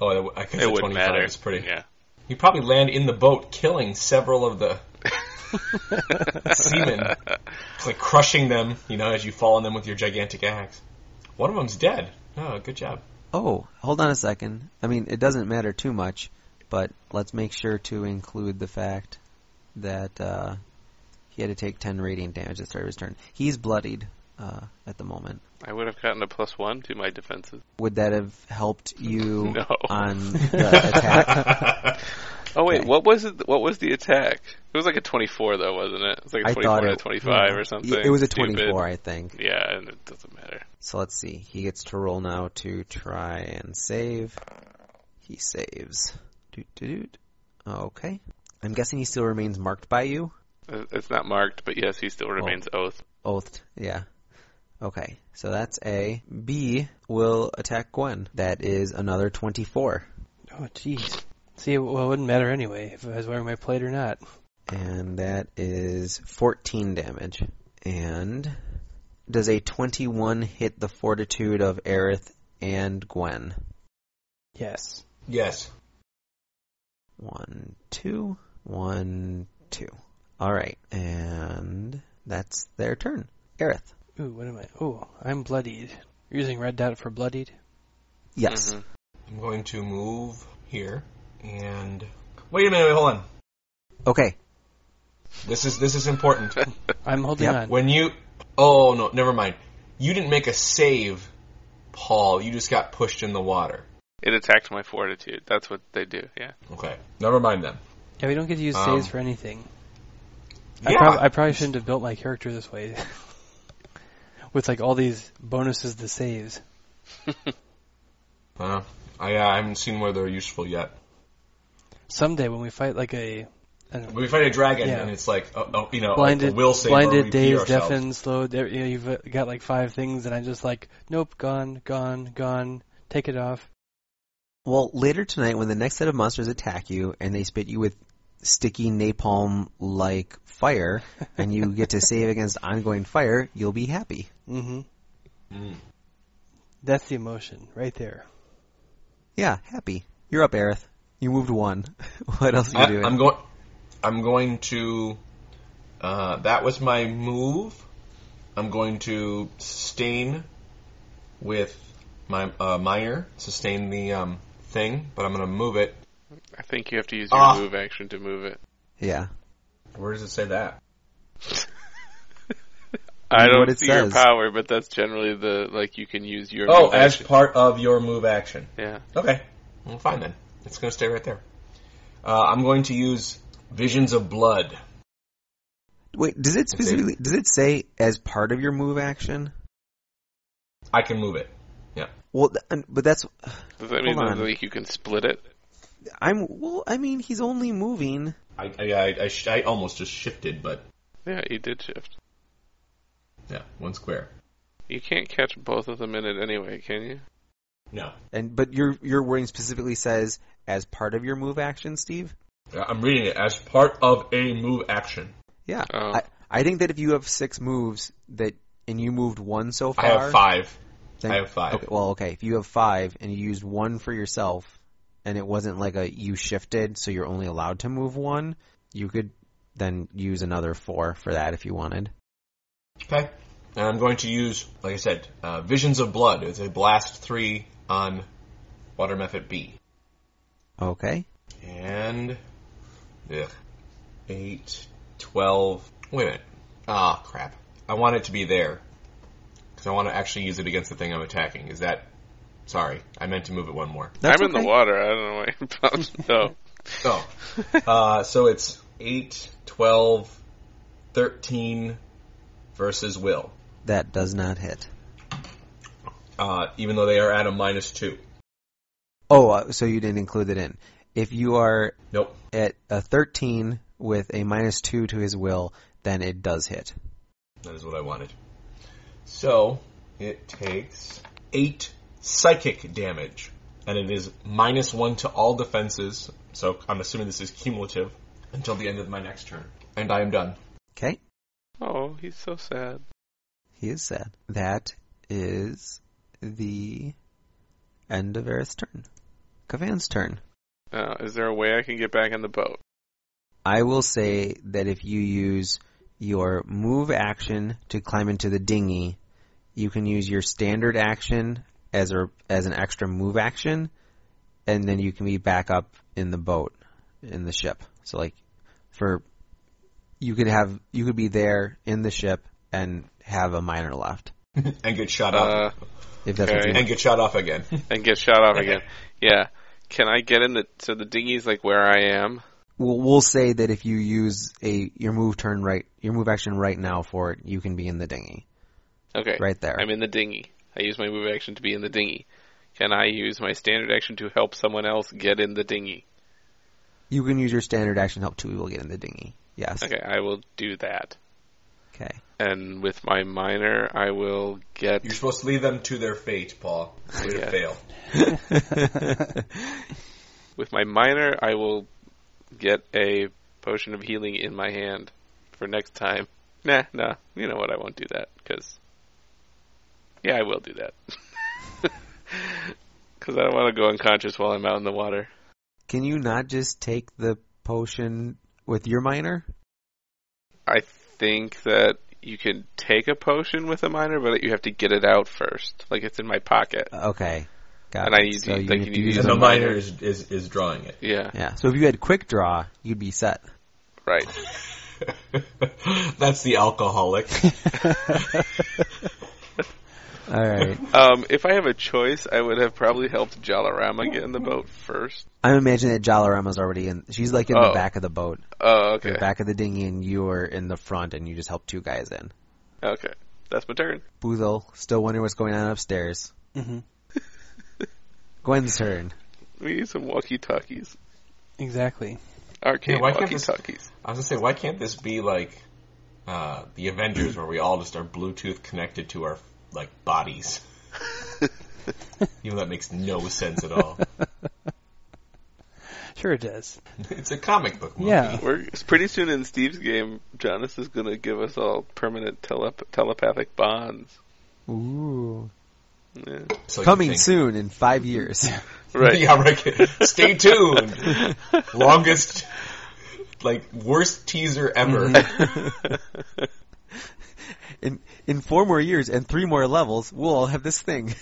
Speaker 2: Oh, I- I guess
Speaker 3: it
Speaker 2: a
Speaker 3: wouldn't
Speaker 2: 25
Speaker 3: matter.
Speaker 2: is pretty.
Speaker 3: Yeah.
Speaker 2: You probably land in the boat, killing several of the semen. It's like crushing them, you know, as you fall on them with your gigantic axe. One of them's dead. Oh, good job.
Speaker 1: Oh, hold on a second. I mean, it doesn't matter too much, but let's make sure to include the fact that uh, he had to take 10 radiant damage at the start of his turn. He's bloodied uh, at the moment.
Speaker 3: I would have gotten a plus one to my defenses.
Speaker 1: Would that have helped you
Speaker 3: No.
Speaker 1: on the attack?
Speaker 3: Oh wait,
Speaker 1: Okay.
Speaker 3: what was it? What was the attack? It was like a twenty-four, though, wasn't it? It was like a
Speaker 1: I
Speaker 3: twenty-four
Speaker 1: thought
Speaker 3: to
Speaker 1: it-
Speaker 3: twenty-five or something.
Speaker 1: It was a
Speaker 3: Stupid.
Speaker 1: 24, I think.
Speaker 3: Yeah, and it doesn't matter.
Speaker 1: So let's see. He gets to roll now to try and save. He saves. Doot, doot, doot. Okay. I'm guessing he still remains marked by you?
Speaker 3: Uh, It's not marked, but yes, he still remains oath.
Speaker 1: Oathed, yeah. Okay, so that's A. B will attack Gwen. That is another 24.
Speaker 4: Oh, jeez. See, well, it wouldn't matter anyway if I was wearing my plate or not.
Speaker 1: And that is 14 damage. And does a 21 hit the fortitude of Aerith and Gwen?
Speaker 4: Yes.
Speaker 2: Yes.
Speaker 1: One, two, one, two. All right, and that's their turn. Aerith.
Speaker 4: Ooh, what am I? Ooh, I'm bloodied. You're using red dot for bloodied?
Speaker 1: Yes.
Speaker 3: Mhm.
Speaker 2: I'm going to move here and wait a minute, wait, hold on.
Speaker 1: Okay.
Speaker 2: This is this is important.
Speaker 4: I'm holding
Speaker 1: Yep.
Speaker 4: on.
Speaker 2: When you Oh no, never mind. You didn't make a save, Paul. You just got pushed in the water.
Speaker 3: It attacked my fortitude. That's what they do. Yeah.
Speaker 2: Okay. Never mind then.
Speaker 4: Yeah, we don't get to use
Speaker 2: Um,
Speaker 4: saves for anything. I,
Speaker 2: Yeah.
Speaker 4: prob- I probably shouldn't have built my character this way. With like all these bonuses to saves.
Speaker 2: Uh, I, I haven't seen where they're useful yet.
Speaker 4: Someday when we fight like a I don't know,
Speaker 2: We fight a dragon,
Speaker 4: Yeah.
Speaker 2: and it's like, uh, uh, you know,
Speaker 4: blinded,
Speaker 2: a will save where we
Speaker 4: blinded,
Speaker 2: pee
Speaker 4: dazed,
Speaker 2: ourselves.
Speaker 4: deafened, slowed. there- You know, you've uh, got like five things, and I'm just like, nope, gone, gone, gone. Take it off.
Speaker 1: Well, later tonight, when the next set of monsters attack you and they spit you with sticky napalm like fire, and you get to save against ongoing fire, you'll be happy.
Speaker 4: Mm-hmm.
Speaker 2: Mm.
Speaker 4: That's the emotion right there.
Speaker 1: Yeah, happy. You're up, Aerith. You moved one. what else are you
Speaker 2: I,
Speaker 1: doing?
Speaker 2: I'm going. I'm going to. Uh, that was my move. I'm going to sustain with my uh, mire, sustain the um, thing, but I'm going to move it.
Speaker 3: I think you have to use your
Speaker 2: Ah.
Speaker 3: move action to move it.
Speaker 1: yeah.
Speaker 2: Where does it say that?
Speaker 3: I don't
Speaker 1: what it
Speaker 3: see your
Speaker 1: says.
Speaker 3: power, but that's generally the like you can use your.
Speaker 2: Oh,
Speaker 3: move
Speaker 2: as
Speaker 3: action.
Speaker 2: part of your move action.
Speaker 3: yeah.
Speaker 2: Okay, well, fine then. It's going to stay right there. Uh, I'm going to use visions of blood.
Speaker 1: Wait, does it specifically does it say as part of your move action?
Speaker 2: I can move it.
Speaker 1: Well, th- and- but that's
Speaker 3: Does that mean
Speaker 1: Hold
Speaker 3: that
Speaker 1: on.
Speaker 3: like you can split it?
Speaker 1: I'm well. I mean, he's only moving.
Speaker 2: I I, I, I, sh- I almost just shifted, but
Speaker 3: Yeah, you did shift.
Speaker 2: yeah, one square.
Speaker 3: You can't catch both of them in it anyway, can you?
Speaker 2: No,
Speaker 1: And but your your wording specifically says as part of your move action, Steve.
Speaker 2: Yeah, I'm reading it as part of a move action.
Speaker 1: Yeah.
Speaker 3: Oh.
Speaker 1: I, I think that if you have six moves that and you moved one so far,
Speaker 2: I have five.
Speaker 1: then-
Speaker 2: I have five.
Speaker 1: Okay, well, okay. If you have five and you used one for yourself, and it wasn't like a you shifted, so you're only allowed to move one, you could then use another four for that if you wanted.
Speaker 2: Okay, and I'm going to use, like I said, uh, visions of blood. It's a blast three on water method B,
Speaker 1: Okay.
Speaker 2: and ugh, eight, twelve. Wait a minute. Ah, crap. I want it to be there because I want to actually use it against the thing I'm attacking. Is that? Sorry, I meant to move it one more.
Speaker 1: That's
Speaker 3: I'm in the
Speaker 1: okay.
Speaker 3: water. I don't know why you bounced. No.
Speaker 2: Oh. Uh, so it's 8, 12, 13 versus Will,
Speaker 1: That does not hit.
Speaker 2: uh, even though they are at a minus 2.
Speaker 1: Oh, uh, so you didn't include it in. If you are
Speaker 2: Nope.
Speaker 1: at a 13 with a minus two to his will, then it does hit.
Speaker 2: That is what I wanted. So it takes 8 psychic damage, and it is minus 1 to all defenses, so I'm assuming this is cumulative, until the end of my next turn. And I am done.
Speaker 1: Okay.
Speaker 3: Oh, he's so sad.
Speaker 1: He is sad. That is the end of Aerith's turn. Kavan's turn.
Speaker 3: Uh, is there a way I can get back in the boat?
Speaker 1: I will say that if you use your move action to climb into the dinghy, you can use your standard action as a as an extra move action, and then you can be back up in the boat in the ship. So like for you could have you could be there in the ship and have a minor left
Speaker 2: and get shot up
Speaker 3: Uh,
Speaker 1: if that's what
Speaker 3: Okay.
Speaker 1: you
Speaker 2: and
Speaker 1: want.
Speaker 2: get shot off again.
Speaker 3: and get shot off again. Yeah. Can I get in the so the dinghy's like where I am?
Speaker 1: We'll, we'll say that if you use a your move turn right your move action right now for it, you can be in the dinghy
Speaker 3: Okay.
Speaker 1: right there.
Speaker 3: I'm in the dinghy. I use my move action to be in the dinghy. Can I use my standard action to help someone else get in the dinghy?
Speaker 1: you can use your standard action help two will get in the dinghy. Yes.
Speaker 3: Okay, I will do that.
Speaker 1: Okay.
Speaker 3: And with my minor, I will get.
Speaker 2: You're supposed to leave them to their fate, Paul. Way to
Speaker 3: Yeah.
Speaker 2: fail.
Speaker 3: With my minor, I will get a potion of healing in my hand for next time. Nah, nah. You know what? I won't do that because. Yeah, I will do that. Because I don't want to go unconscious while I'm out in the water.
Speaker 1: Can you not just take the potion with your minor?
Speaker 3: I think that you can take a potion with a minor, but you have to get it out first. Like it's in my pocket.
Speaker 1: Okay. Got
Speaker 3: And
Speaker 1: it.
Speaker 3: I need
Speaker 1: so
Speaker 3: to-
Speaker 1: you
Speaker 3: like,
Speaker 1: have
Speaker 3: you
Speaker 1: to
Speaker 3: need
Speaker 1: use
Speaker 3: to-
Speaker 2: And
Speaker 1: a
Speaker 2: the
Speaker 3: minor.
Speaker 2: miner is, is, is drawing it.
Speaker 3: Yeah,
Speaker 1: Yeah. So if you had quick draw, you'd be set.
Speaker 3: right.
Speaker 2: That's the alcoholic.
Speaker 1: All right.
Speaker 3: Um, if I have a choice, I would have probably helped Jalarama get in the boat first.
Speaker 1: I'm imagining that Jalarama's already in. She's like in the
Speaker 3: Oh.
Speaker 1: back of the boat,
Speaker 3: Oh,
Speaker 1: the
Speaker 3: okay.
Speaker 1: back of the dinghy, and you're in the front, and you just help two guys in.
Speaker 3: Okay. That's my turn.
Speaker 1: Boozle still wondering what's going on upstairs.
Speaker 4: Mm-hmm.
Speaker 1: Gwen's turn.
Speaker 3: We need some walkie talkies.
Speaker 4: Exactly.
Speaker 3: Arcade
Speaker 2: Yeah, why can't
Speaker 3: walkie
Speaker 2: this-
Speaker 3: talkies.
Speaker 2: I was gonna say, why can't this be like uh, the Avengers, where we all just are Bluetooth connected to our like bodies? Even though that makes no sense at all.
Speaker 4: Sure it does.
Speaker 2: It's a comic book movie.
Speaker 4: Yeah.
Speaker 3: We're pretty soon in Steve's game. Jonas is gonna give us all permanent telep- telepathic bonds.
Speaker 1: Ooh.
Speaker 3: Yeah.
Speaker 2: So you
Speaker 1: Coming
Speaker 2: think-
Speaker 1: soon in five years.
Speaker 3: Right.
Speaker 2: Yeah, right. Stay tuned. Longest, like worst teaser ever.
Speaker 1: Mm-hmm. In in four more years and three more levels, we'll all have this thing.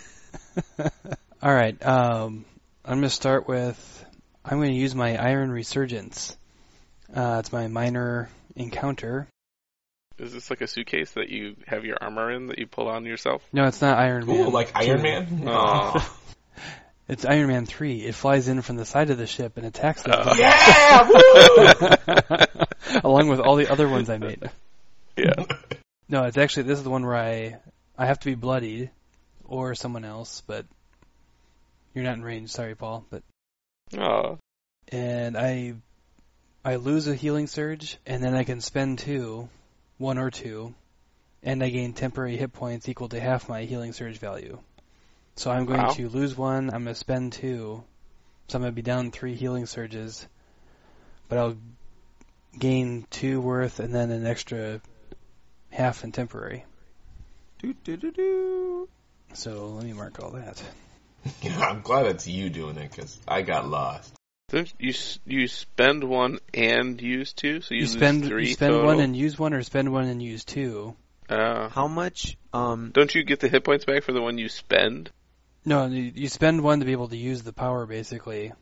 Speaker 4: All right. Um, I'm going to start with. I'm going to use my Iron Resurgence. Uh, it's my minor encounter.
Speaker 3: Is this like a suitcase that you have your armor in that you pull on yourself?
Speaker 4: No, it's not Iron Man.
Speaker 2: Ooh, like Iron Man.
Speaker 3: Aw.
Speaker 4: It's Iron Man 3. It flies in from the side of the ship and attacks them,
Speaker 3: Uh.
Speaker 2: yeah. Woo!
Speaker 4: along with all the other ones I made.
Speaker 3: Yeah.
Speaker 4: No, it's actually this is the one where I I have to be bloodied or someone else, but you're not in range. Sorry, Paul, but
Speaker 3: Oh.
Speaker 4: and I I lose a healing surge, and then I can spend two, one or two, and I gain temporary hit points equal to half my healing surge value. So I'm going
Speaker 3: Wow.
Speaker 4: to lose one. I'm going to spend two, so I'm going to be down three healing surges, but I'll gain two worth and then an extra half in temporary. So let me mark all that.
Speaker 2: Yeah, I'm glad it's you doing it because I got lost.
Speaker 3: Don't you s- you spend one and use two, so you,
Speaker 4: You
Speaker 3: lose
Speaker 4: spend
Speaker 3: three
Speaker 4: you spend
Speaker 3: total.
Speaker 4: one and use one, or spend one and use two.
Speaker 3: Oh.
Speaker 1: How much? Um.
Speaker 3: don't you get the hit points back for the one you spend?
Speaker 4: No, you you spend one to be able to use the power basically,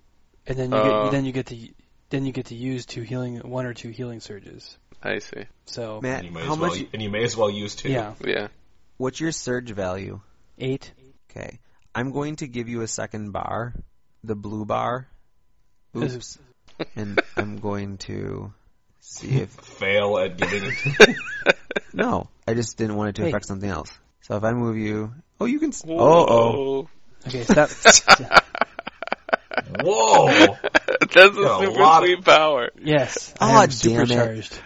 Speaker 4: and then you
Speaker 3: Uh.
Speaker 1: Oh.
Speaker 4: get then you get to then you get to use two healing one or two healing surges.
Speaker 3: I see.
Speaker 4: So
Speaker 1: Matt,
Speaker 2: And you may
Speaker 1: how
Speaker 2: as well,
Speaker 1: much?
Speaker 2: and you may as well use two.
Speaker 4: yeah,
Speaker 3: Yeah.
Speaker 1: What's your surge value?
Speaker 4: eight.
Speaker 1: Okay. I'm going to give you a second bar, the blue bar. Oops. and I'm going to see if
Speaker 2: Fail at giving it.
Speaker 1: No, I just didn't want it to
Speaker 4: Hey.
Speaker 1: affect something else. So if I move you, oh, you can. s
Speaker 3: Whoa.
Speaker 1: Oh, oh,
Speaker 4: Okay, stop.
Speaker 2: Whoa!
Speaker 3: That's a
Speaker 2: Yeah, a
Speaker 3: super
Speaker 2: lot of-
Speaker 3: sweet power.
Speaker 4: yes,
Speaker 1: Ah,
Speaker 4: I
Speaker 1: damn
Speaker 4: am
Speaker 1: it.
Speaker 4: supercharged.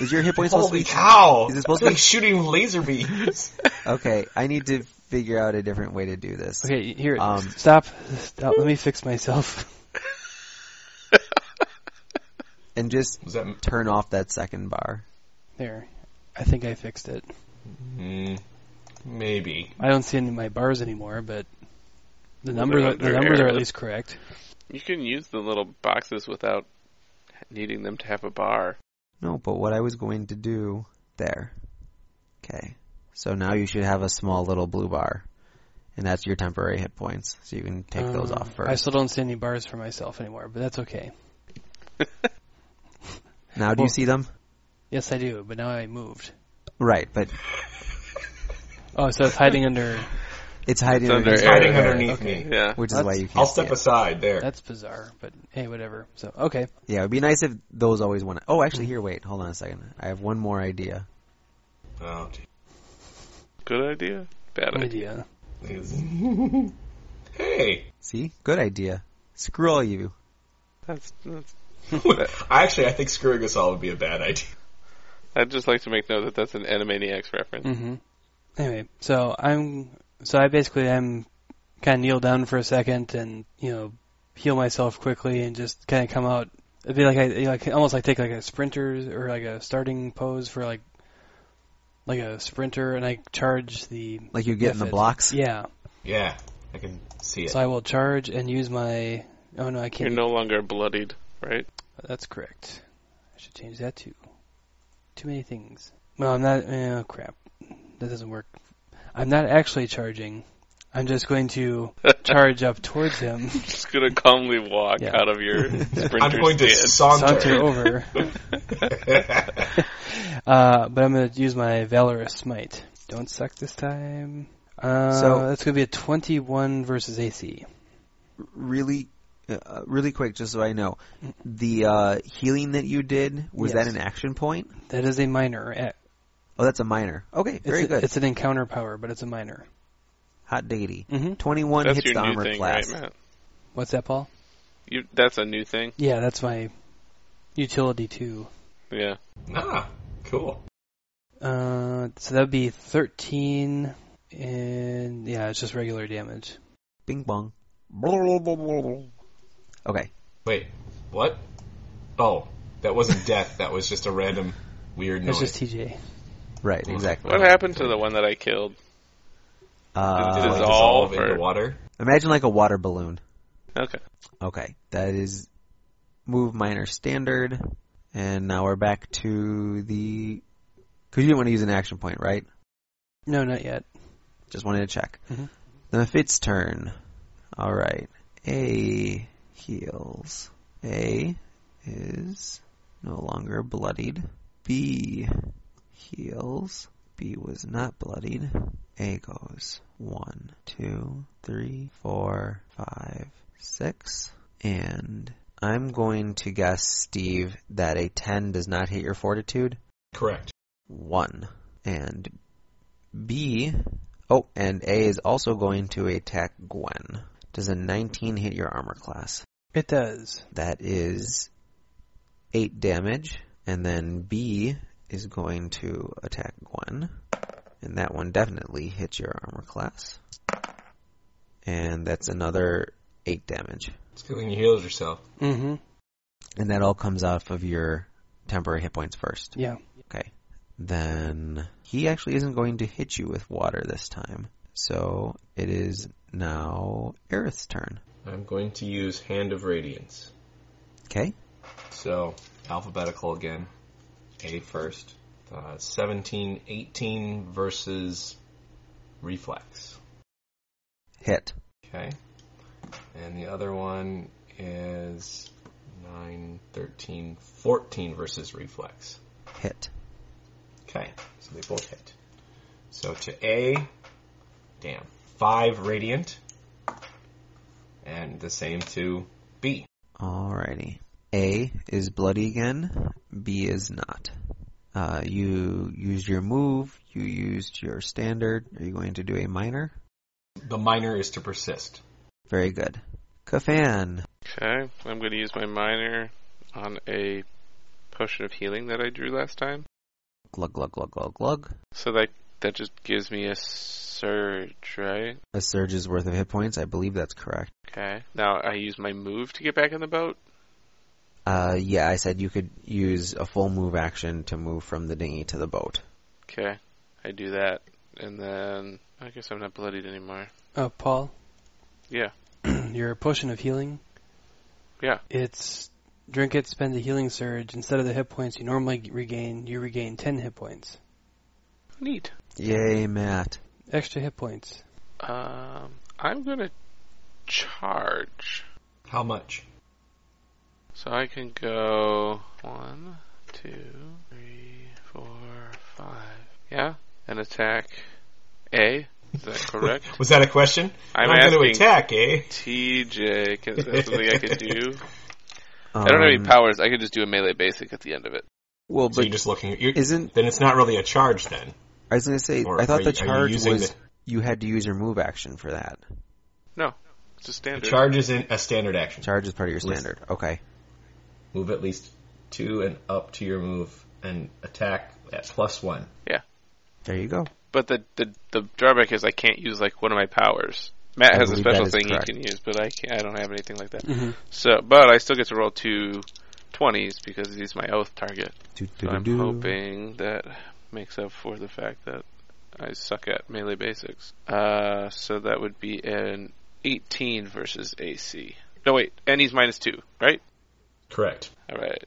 Speaker 1: is your hit point supposed to be?
Speaker 2: Holy cow!
Speaker 1: Is it supposed
Speaker 2: It's
Speaker 1: to
Speaker 2: like
Speaker 1: be-
Speaker 2: shooting laser beams?
Speaker 1: Okay, I need to figure out a different way to do this.
Speaker 4: Okay, here,
Speaker 1: Um.
Speaker 4: stop, stop. Let me fix myself.
Speaker 1: And just
Speaker 2: Was that?
Speaker 1: turn off that second bar.
Speaker 4: There, I think I fixed it.
Speaker 2: Mm, maybe.
Speaker 4: I don't see any of my bars anymore, but the
Speaker 3: Well,
Speaker 4: numbers
Speaker 3: they're
Speaker 4: are, the
Speaker 3: under
Speaker 4: numbers are at
Speaker 3: arrows.
Speaker 4: least correct.
Speaker 3: You can use the little boxes without needing them to have a bar.
Speaker 1: No, but what I was going to do there. Okay. So now you should have a small little blue bar. And that's your temporary hit points. So you can take those
Speaker 4: Um,
Speaker 1: off
Speaker 4: I
Speaker 1: first.
Speaker 4: still don't see any bars for myself anymore, but that's okay.
Speaker 1: now do
Speaker 4: well-
Speaker 1: you see them?
Speaker 4: Yes, I do, but now I moved.
Speaker 1: Right, but
Speaker 4: Oh, so it's hiding under.
Speaker 1: it's hiding
Speaker 3: It's under
Speaker 1: underneath
Speaker 2: It's
Speaker 1: your
Speaker 2: hiding
Speaker 1: hair,
Speaker 2: underneath
Speaker 4: Okay.
Speaker 2: me.
Speaker 3: Yeah.
Speaker 1: Which is
Speaker 4: That's-
Speaker 1: why you can't
Speaker 2: I'll
Speaker 1: see
Speaker 2: step
Speaker 1: it.
Speaker 2: aside there.
Speaker 4: That's bizarre, but hey, whatever. So okay,
Speaker 1: Yeah, it would be nice if those always went. Oh, actually, here, wait. Hold on a second. I have one more idea.
Speaker 2: Oh, gee.
Speaker 3: Good idea. Bad
Speaker 4: good
Speaker 3: idea.
Speaker 4: idea.
Speaker 2: It's- hey,
Speaker 1: See? Good idea. Screw all you.
Speaker 3: That's, that's.
Speaker 2: actually, I think screwing us all would be a bad idea.
Speaker 3: I'd just like to make note that that's an Animaniacs reference.
Speaker 4: Mm-hmm. Anyway, so I'm so I basically I'm kind of kneel down for a second and you know heal myself quickly and just kind of come out. It'd be like I you know, like almost like take like a sprinter or like a starting pose for like like a sprinter and I charge the
Speaker 1: Like you get in the
Speaker 4: method.
Speaker 1: blocks.
Speaker 4: Yeah,
Speaker 2: Yeah, I can see it.
Speaker 4: so I will charge and use my. Oh no, I
Speaker 3: You're
Speaker 4: can't.
Speaker 3: no longer bloodied, right?
Speaker 4: That's correct. I should change that too. Too many things. No, I'm not. Oh crap, that doesn't work. I'm not actually charging. I'm just going to charge up towards him,
Speaker 3: just gonna calmly walk
Speaker 4: Yeah.
Speaker 3: out of your sprinter
Speaker 2: I'm going to
Speaker 3: stance.
Speaker 4: saunter
Speaker 2: saunter.
Speaker 4: over. Uh, but I'm going to use my valorous smite. Don't suck this time. Uh,
Speaker 1: So-
Speaker 4: that's going to be a 21 versus AC.
Speaker 1: Really, uh, really quick, just so I know. The uh, healing that you did, was
Speaker 4: Yes.
Speaker 1: that an action point?
Speaker 4: That is a minor. eh,
Speaker 1: Oh, that's a minor. Okay,
Speaker 4: It's
Speaker 1: very
Speaker 4: a-
Speaker 1: good.
Speaker 4: It's an encounter power, but it's a minor.
Speaker 1: Hot diggity.
Speaker 4: Mm-hmm.
Speaker 1: 21
Speaker 3: That's
Speaker 1: hits
Speaker 3: your
Speaker 1: the
Speaker 3: new
Speaker 1: armor
Speaker 3: thing,
Speaker 1: class.
Speaker 3: right, Matt?
Speaker 4: What's that, Paul?
Speaker 3: You, that's a new thing.
Speaker 4: Yeah, that's my utility too.
Speaker 3: Yeah.
Speaker 2: ah, cool.
Speaker 4: Uh, so that'd be 13, and yeah, it's just regular damage.
Speaker 1: Bing bong. Okay.
Speaker 2: Wait, what? Oh, that wasn't death. That was just a random weird
Speaker 4: That's
Speaker 2: noise.
Speaker 4: just TJ.
Speaker 1: Right, exactly.
Speaker 3: What happened to the one that I killed?
Speaker 2: Did it
Speaker 1: Uh,
Speaker 3: Dissolve
Speaker 2: dissolve
Speaker 3: or-
Speaker 2: into water?
Speaker 1: imagine like a water balloon.
Speaker 3: Okay.
Speaker 1: Okay, that is move minor standard, and now we're back to the. Because you didn't want to use an action point, right?
Speaker 4: No, not yet.
Speaker 1: Just wanted to check.
Speaker 4: Mhm.
Speaker 1: The Fitz turn. All right. A heals. A is no longer bloodied. B heals. B was not bloodied. A goes one, two, three, four, five, six, And I'm going to guess, Steve, that a 10 does not hit your fortitude
Speaker 2: Correct.
Speaker 1: one. And B. Oh, and A is also going to attack Gwen. Does a 19 hit your armor class?
Speaker 4: It does.
Speaker 1: That is 8 damage. And then B is going to attack Gwen. And that one definitely hits your armor class. And that's another 8 damage.
Speaker 2: It's good when you heal yourself.
Speaker 4: Mm-hmm.
Speaker 1: And that all comes off of your temporary hit points first.
Speaker 4: Yeah.
Speaker 1: Okay. Then he actually isn't going to hit you with water this time. So it is now Aerith's turn.
Speaker 2: I'm going to use Hand of Radiance.
Speaker 1: Okay.
Speaker 2: So, alphabetical again. A first. Uh, 17, 18 versus Reflex.
Speaker 1: Hit.
Speaker 2: Okay. And the other one is 9, 13, 14 versus Reflex.
Speaker 1: Hit.
Speaker 2: Okay. So they both hit. So to A, damn, 5 Radiant. And the same to B.
Speaker 1: Alrighty. A is bloody again. B is not. Uh, you used your move. You used your standard. Are you going to do a minor?
Speaker 2: The minor is to persist.
Speaker 1: Very good. Kafan.
Speaker 3: Okay. I'm gonna use my minor on a potion of healing that I drew last time.
Speaker 1: Glug, glug, glug, glug, glug.
Speaker 3: So that that just gives me a surge, right?
Speaker 1: A surge's worth of hit points. I believe that's correct.
Speaker 3: Okay. Now I use my move to get back in the boat.
Speaker 1: Uh, yeah, I said you could use a full move action to move from the dinghy to the boat.
Speaker 3: Okay. I do that, and then I guess I'm not bloodied anymore.
Speaker 4: Uh, Paul.
Speaker 3: Yeah.
Speaker 4: your potion of healing.
Speaker 3: Yeah.
Speaker 4: It's Drink it, spend a healing surge. Instead of the hit points you normally g- regain, you regain 10 hit points.
Speaker 3: Neat.
Speaker 1: Yay, Matt.
Speaker 4: Extra hit points.
Speaker 3: Um, I'm gonna charge.
Speaker 2: How much?
Speaker 3: So I can go one, two, three, four, five. Yeah, and attack A. Is that correct?
Speaker 2: Was that a question?
Speaker 3: I'm
Speaker 2: Not
Speaker 3: asking
Speaker 2: gonna attack, eh?
Speaker 3: TJ. Is that something I could do?
Speaker 1: Um,
Speaker 3: I don't have any powers. I could just do a melee basic at the end of it.
Speaker 1: Well,
Speaker 2: So
Speaker 1: but
Speaker 2: you're just looking. You're,
Speaker 1: isn't
Speaker 2: then it's not really a charge then.
Speaker 1: I was going to say
Speaker 2: Or
Speaker 1: I thought
Speaker 2: are
Speaker 1: the
Speaker 2: you- are
Speaker 1: charge
Speaker 2: you using
Speaker 1: was
Speaker 2: the-
Speaker 1: you had to use your move action for that.
Speaker 3: It's a
Speaker 2: A
Speaker 3: standard.
Speaker 2: charge is in a standard action.
Speaker 1: Charge is part of your
Speaker 2: Listen.
Speaker 1: standard. Okay.
Speaker 2: Move at least two and up to your move and attack at plus one.
Speaker 1: There you go.
Speaker 3: But the, the the drawback is I can't use like one of my powers. Matt
Speaker 1: I
Speaker 3: has a
Speaker 1: believe
Speaker 3: special
Speaker 1: that is
Speaker 3: thing
Speaker 1: correct.
Speaker 3: he can use, but I can't, I don't have anything like that.
Speaker 4: Mm-hmm.
Speaker 3: So, but I still get to roll two 20s because he's my oath target.
Speaker 1: Do, do,
Speaker 3: So
Speaker 1: do,
Speaker 3: I'm
Speaker 1: do.
Speaker 3: hoping that makes up for the fact that I suck at melee basics. Uh, so that would be an 18 versus AC. No wait, and he's minus two, right?
Speaker 2: Correct.
Speaker 3: All right.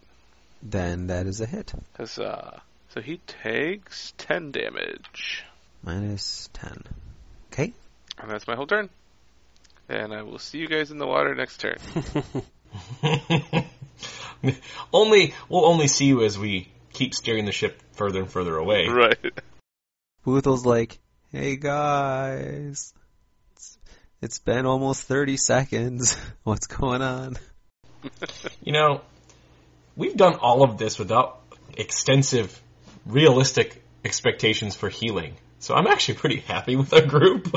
Speaker 1: Then that is a hit.
Speaker 3: Huzzah. uh, So he takes 10 damage.
Speaker 1: Minus ten. Okay.
Speaker 3: And that's my whole turn. And I will see you guys in the water next turn.
Speaker 2: only we'll only see you as we keep steering the ship further and further away.
Speaker 3: right.
Speaker 1: Boothel's like, "Hey guys, it's, it's been almost thirty seconds. What's going on?"
Speaker 2: You know, we've done all of this without extensive, realistic expectations for healing. So I'm actually pretty happy with our group.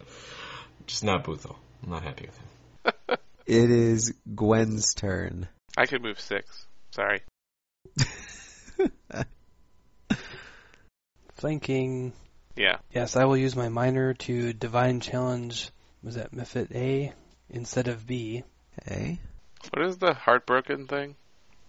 Speaker 2: Just not Butho. I'm not happy with him.
Speaker 1: It is Gwen's turn.
Speaker 3: I could move six. Sorry.
Speaker 4: Flanking.
Speaker 3: Yeah.
Speaker 4: Yes, I will use my minor to divine challenge. Was that Mifit A instead of B?
Speaker 1: Okay.
Speaker 3: What is the heartbroken thing?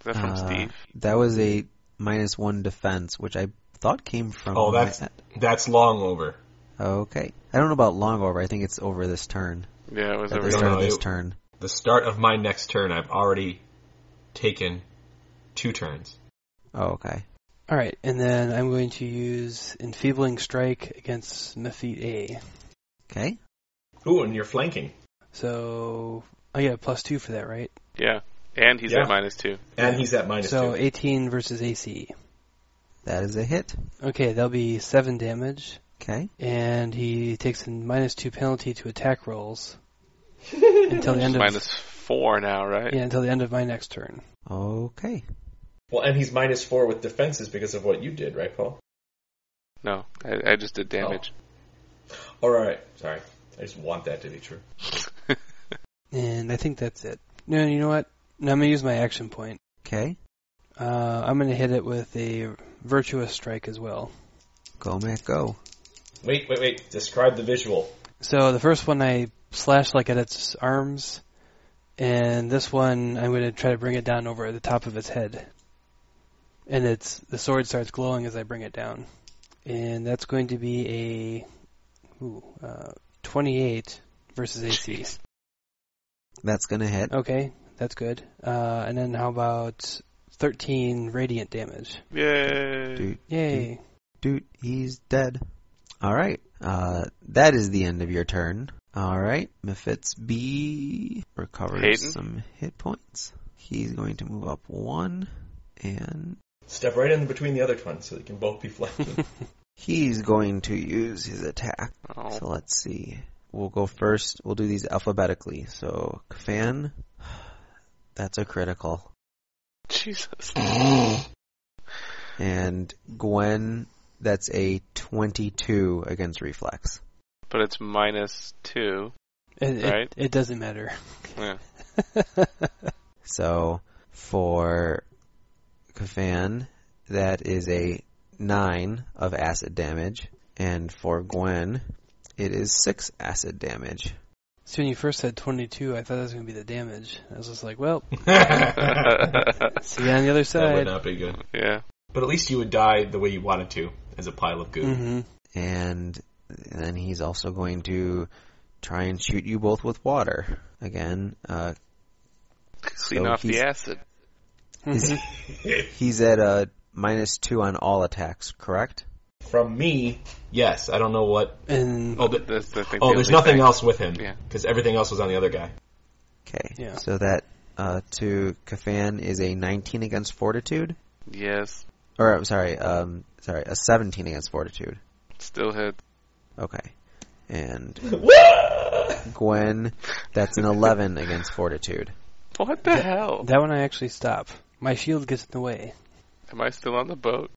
Speaker 3: Is that from
Speaker 1: Uh,
Speaker 3: Steve?
Speaker 1: That was a minus one defense, which I thought came from.
Speaker 2: Oh, that's-
Speaker 1: Matt.
Speaker 2: That's long over.
Speaker 1: okay. I don't know about long over. I think it's over this turn.
Speaker 3: Yeah, it was
Speaker 1: At
Speaker 3: over
Speaker 1: the
Speaker 2: don't
Speaker 1: start
Speaker 2: know.
Speaker 1: of this
Speaker 2: It-
Speaker 1: turn.
Speaker 2: The start of my next turn, I've already taken two turns.
Speaker 1: Oh, okay.
Speaker 4: All right, and then I'm going to use enfeebling strike against Mifit A.
Speaker 1: Okay.
Speaker 2: Ooh, and you're flanking.
Speaker 4: So I get a plus two for that, right?
Speaker 3: Yeah. And he's
Speaker 2: Yeah.
Speaker 3: at minus two.
Speaker 2: And he's at minus
Speaker 4: so
Speaker 2: two.
Speaker 4: 18 versus AC.
Speaker 1: That is a hit.
Speaker 4: Okay, that'll be seven damage,
Speaker 1: Okay.
Speaker 4: and he takes a minus two penalty to attack rolls until the end of
Speaker 3: Minus four now, right?
Speaker 4: yeah until the end of my next turn.
Speaker 1: Okay.
Speaker 2: Well, and he's minus four with defenses because of what you did, right, Paul?
Speaker 3: No, I, I just did damage.
Speaker 2: All right. Sorry. I just want that to be true.
Speaker 1: Oh.
Speaker 4: And I think that's it. No, you know what? No, I'm gonna use my action point.
Speaker 1: Okay.
Speaker 4: Uh, I'm gonna hit it with a virtuous strike as well.
Speaker 1: Go, Matt, go.
Speaker 2: Wait, wait, wait. Describe the visual.
Speaker 4: So the first one I slash like at its arms, and this one I'm gonna try to bring it down over the top of its head. And it's the sword starts glowing as I bring it down, and that's going to be a ooh, uh, 28 versus AC.
Speaker 3: Jeez.
Speaker 1: That's gonna hit.
Speaker 4: Okay, that's good. Uh, and then how about 13 radiant damage?
Speaker 3: Yay.
Speaker 1: Dude,
Speaker 4: Yay!
Speaker 1: dude, he's dead. All right. Uh, that is the end of your turn. All right. Mephits B recovers
Speaker 3: Hayden?
Speaker 1: some hit points. He's going to move up one, and
Speaker 2: Step right in between the other ones so they can both be flanking.
Speaker 1: he's going to use his attack.
Speaker 3: Oh.
Speaker 1: So let's see. We'll go first. We'll do these alphabetically. So Kfan, that's a critical.
Speaker 3: Jesus.
Speaker 1: And Gwen, that's a 22 against reflex.
Speaker 3: But it's minus two.
Speaker 4: It, it-
Speaker 3: right.
Speaker 4: it doesn't matter.
Speaker 3: Yeah.
Speaker 1: So for Kafan, that is a 9 of acid damage. And for Gwen, it is 6 acid damage.
Speaker 4: So when you first said 22, I thought that was going to be the damage. I was just like, well,
Speaker 2: that
Speaker 4: see you on the other
Speaker 2: would
Speaker 4: side.
Speaker 2: not be good.
Speaker 3: yeah.
Speaker 2: But at least you would die the way you wanted to, as a pile of goo.
Speaker 4: hmm
Speaker 1: And then he's also going to try and shoot you both with water. Again, uh,
Speaker 3: clean
Speaker 1: So
Speaker 3: off the
Speaker 1: he's-
Speaker 3: acid.
Speaker 4: Mm-hmm.
Speaker 1: He's at a minus two on all attacks, correct?
Speaker 2: From me, yes. I don't know what.
Speaker 4: And
Speaker 2: Oh, the,
Speaker 3: That's the thing.
Speaker 2: oh
Speaker 3: the
Speaker 2: there's
Speaker 3: only
Speaker 2: nothing
Speaker 3: thing.
Speaker 2: else with him
Speaker 3: Yeah.
Speaker 2: because everything else was on the other guy.
Speaker 1: Okay.
Speaker 4: Yeah.
Speaker 1: So that uh, to Kafan is a 19 against Fortitude,
Speaker 3: Yes,
Speaker 1: or I'm sorry, um, sorry, a 17 against Fortitude.
Speaker 3: still hit.
Speaker 1: Okay. And Gwen, that's an 11 against Fortitude.
Speaker 3: What the hell?
Speaker 4: that one I actually stop. My shield gets in the way.
Speaker 3: Am I still on the boat?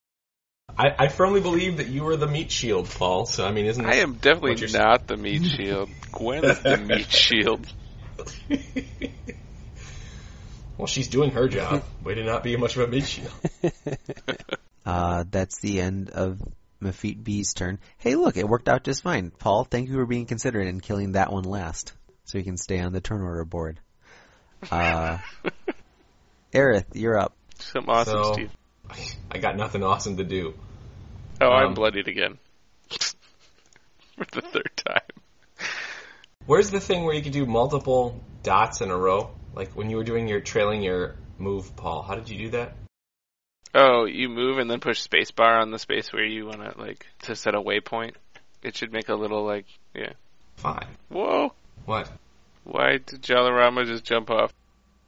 Speaker 2: I, I firmly believe that you were the meat shield, Paul. So I mean, isn't
Speaker 3: I am definitely
Speaker 2: What you're-
Speaker 3: not the meat shield. Gwen is the meat shield.
Speaker 2: well, she's doing her job. Way to not be much of a meat shield.
Speaker 1: Uh, that's the end of Mafit B's turn. Hey, look, it worked out just fine. Paul, thank you for being considerate and killing that one last, so you can stay on the turn order board. Uh, Aerith, you're up.
Speaker 3: Something awesome,
Speaker 2: So-
Speaker 3: Steve.
Speaker 2: I got nothing awesome to do.
Speaker 3: Oh,
Speaker 2: um,
Speaker 3: I'm bloodied again. For the third time.
Speaker 2: Where's the thing where you could do multiple dots in a row? Like when you were doing your trailing your move, Paul. How did you do that?
Speaker 3: Oh, you move and then push spacebar on the space where you want to like to set a waypoint. It should make a little like yeah.
Speaker 2: Fine.
Speaker 3: Whoa!
Speaker 2: What?
Speaker 3: Why did Jalarama just jump off?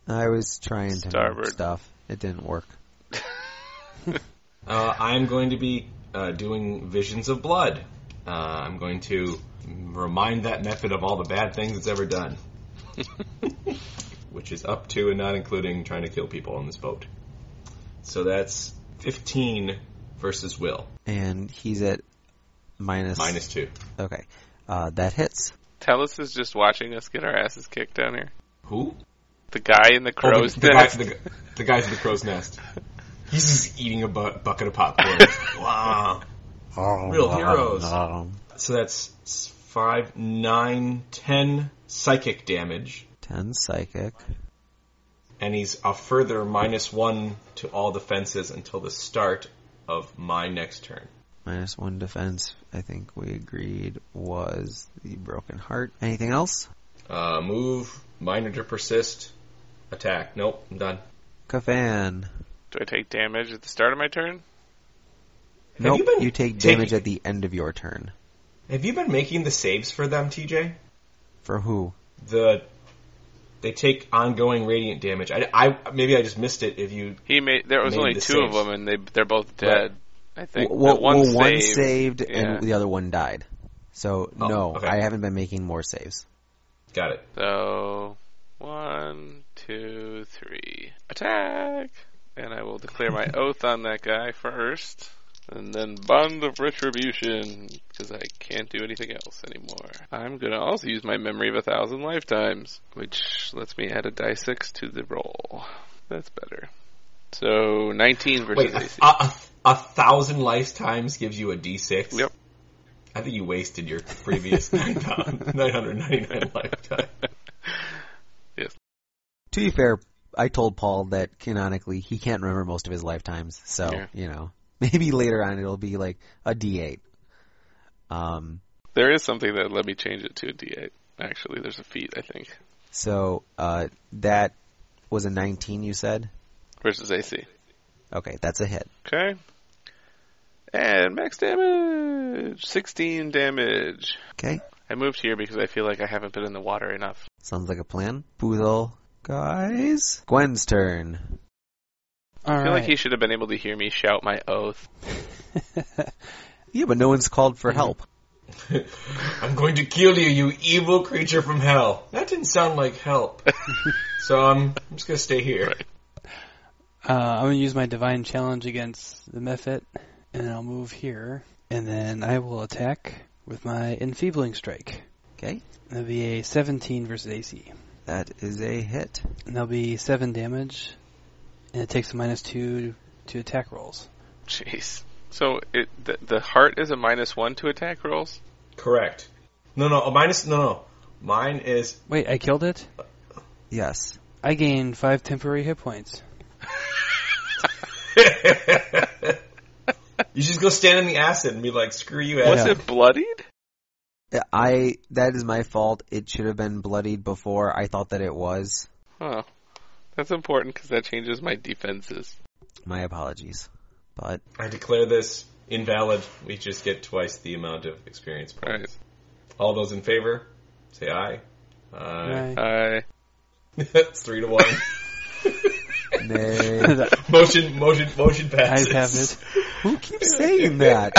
Speaker 1: I was trying to make
Speaker 3: Starboard.
Speaker 1: stuff. It didn't work.
Speaker 2: Uh, I'm going to be uh, doing visions of blood. Uh, I'm going to remind that method of all the bad things it's ever done, which is up to and not including trying to kill people on this boat. So that's 15 versus will
Speaker 1: And he's at minus.
Speaker 2: minus two.
Speaker 1: Okay. Uh, that hits.
Speaker 3: Telus is just watching us get our asses kicked down here.
Speaker 2: Who?
Speaker 3: The guy in the
Speaker 2: Oh,
Speaker 3: crow's
Speaker 2: the, the, guy,
Speaker 3: nest.
Speaker 2: the, gu- the guy's in the crow's nest. He's just eating a bu- bucket of popcorn. wow. Real heroes. So that's s- five, nine, ten psychic damage,
Speaker 1: Ten psychic.
Speaker 2: and he's a further minus one to all defenses until the start of my next turn.
Speaker 1: Minus one defense, I think we agreed, was the broken heart. Anything else?
Speaker 2: Uh, move, minor to persist, attack. Nope, I'm done.
Speaker 1: Kafan.
Speaker 3: Do I take damage at the start of my turn?
Speaker 1: Nope,
Speaker 2: you been
Speaker 1: you take
Speaker 2: taking-
Speaker 1: damage at the end of your turn.
Speaker 2: Have you been making the saves for them, TJ?
Speaker 1: For who?
Speaker 2: The they take ongoing radiant damage. I, I maybe I just missed it. If you
Speaker 3: He made there was
Speaker 2: Made
Speaker 3: only
Speaker 2: the
Speaker 3: two of
Speaker 2: saves.
Speaker 3: them, and they they're both dead. I think
Speaker 1: Well,
Speaker 3: The one
Speaker 1: well, one
Speaker 3: saved.
Speaker 1: saved
Speaker 3: yeah.
Speaker 1: and the other one died. So,
Speaker 2: Oh,
Speaker 1: no,
Speaker 2: okay.
Speaker 1: I haven't been making more saves.
Speaker 2: got it,
Speaker 3: So one, two, three, attack! And I will declare my oath on that guy first, and then bond of retribution because I can't do anything else anymore. I'm gonna also use my memory of a thousand lifetimes, which lets me add a die six to the roll. That's better. So 19 versus
Speaker 2: Wait, uh, a,
Speaker 3: AC.
Speaker 2: a, a, a thousand lifetimes gives you a d6?
Speaker 3: Yep.
Speaker 2: I think you wasted your previous 999 lifetime.
Speaker 1: To be fair, I told Paul that canonically he can't remember most of his lifetimes, so
Speaker 3: Yeah.
Speaker 1: you know maybe later on it'll be like a D8. Um,
Speaker 3: There is something that let me change it to a D8. Actually, there's a feat I think
Speaker 1: so uh, that was a 19, you said.
Speaker 3: versus AC.
Speaker 1: Okay, that's a hit.
Speaker 3: Okay. And max damage! 16 damage.
Speaker 1: Okay,
Speaker 3: I moved here because I feel like I haven't been in the water enough.
Speaker 1: sounds like a plan. Boozle, guys. Gwen's turn.
Speaker 4: All
Speaker 3: I feel like he
Speaker 4: right.
Speaker 3: should have been able to hear me shout my oath.
Speaker 1: Yeah, but no one's called for help.
Speaker 2: I'm going to kill you, you evil creature from hell. That didn't sound like help. so I'm, I'm just going to stay here.
Speaker 4: uh, I'm gonna use my divine challenge against the Mephit, and I'll move here, and then I will attack with my enfeebling strike.
Speaker 1: Okay,
Speaker 4: That'll be a 17 versus AC.
Speaker 1: that is a hit.
Speaker 4: And that'll be seven damage, and it takes a minus two to attack rolls.
Speaker 3: Jeez. So it the, the heart is a minus one to attack rolls.
Speaker 2: Correct. No, no, a minus, no, no. Mine is,
Speaker 4: Wait, I killed it.
Speaker 1: Yes.
Speaker 4: I gained five temporary hit points.
Speaker 2: you just go stand in the acid and be like, screw you,
Speaker 3: Was
Speaker 2: acid.
Speaker 3: it bloodied?
Speaker 1: I that is my fault. It should have been bloodied before. I thought that it was.
Speaker 3: Oh, That's important because that changes my defenses.
Speaker 1: My apologies. But
Speaker 2: I declare this invalid. We just get twice the amount of experience points.
Speaker 3: All right.
Speaker 2: All those in favor, say aye. Aye.
Speaker 4: Right.
Speaker 3: I
Speaker 2: That's three to one.
Speaker 1: nay.
Speaker 2: motion, motion, motion passes.
Speaker 4: Eyes have it.
Speaker 1: Who keeps saying that?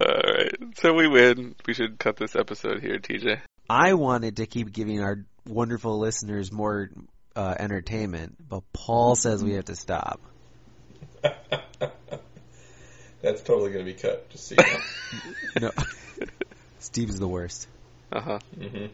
Speaker 3: all right. So we win. We should cut this episode here, TJ.
Speaker 1: I wanted to keep giving our wonderful listeners more uh, entertainment, but Paul says we have to stop.
Speaker 2: That's totally going to be cut. Just so you know.
Speaker 1: No. Steve's the worst.
Speaker 3: Uh huh.
Speaker 2: Mhm.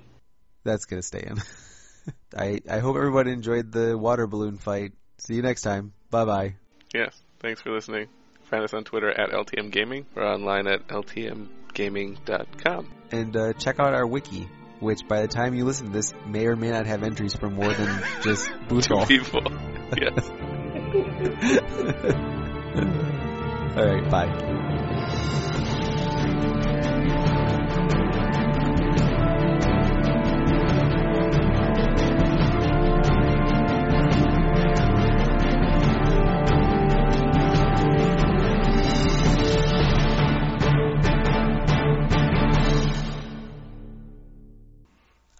Speaker 1: That's gonna stay in. I I hope everybody enjoyed the water balloon fight. See you next time. Bye bye.
Speaker 3: Yes. Thanks for listening. Find us on Twitter at LTM Gaming or online at ltmgaming.com.
Speaker 1: And uh, check out our wiki, which by the time you listen to this may or may not have entries from more than just
Speaker 3: Two
Speaker 1: Boothall.
Speaker 3: people. Yes.
Speaker 1: All right, bye.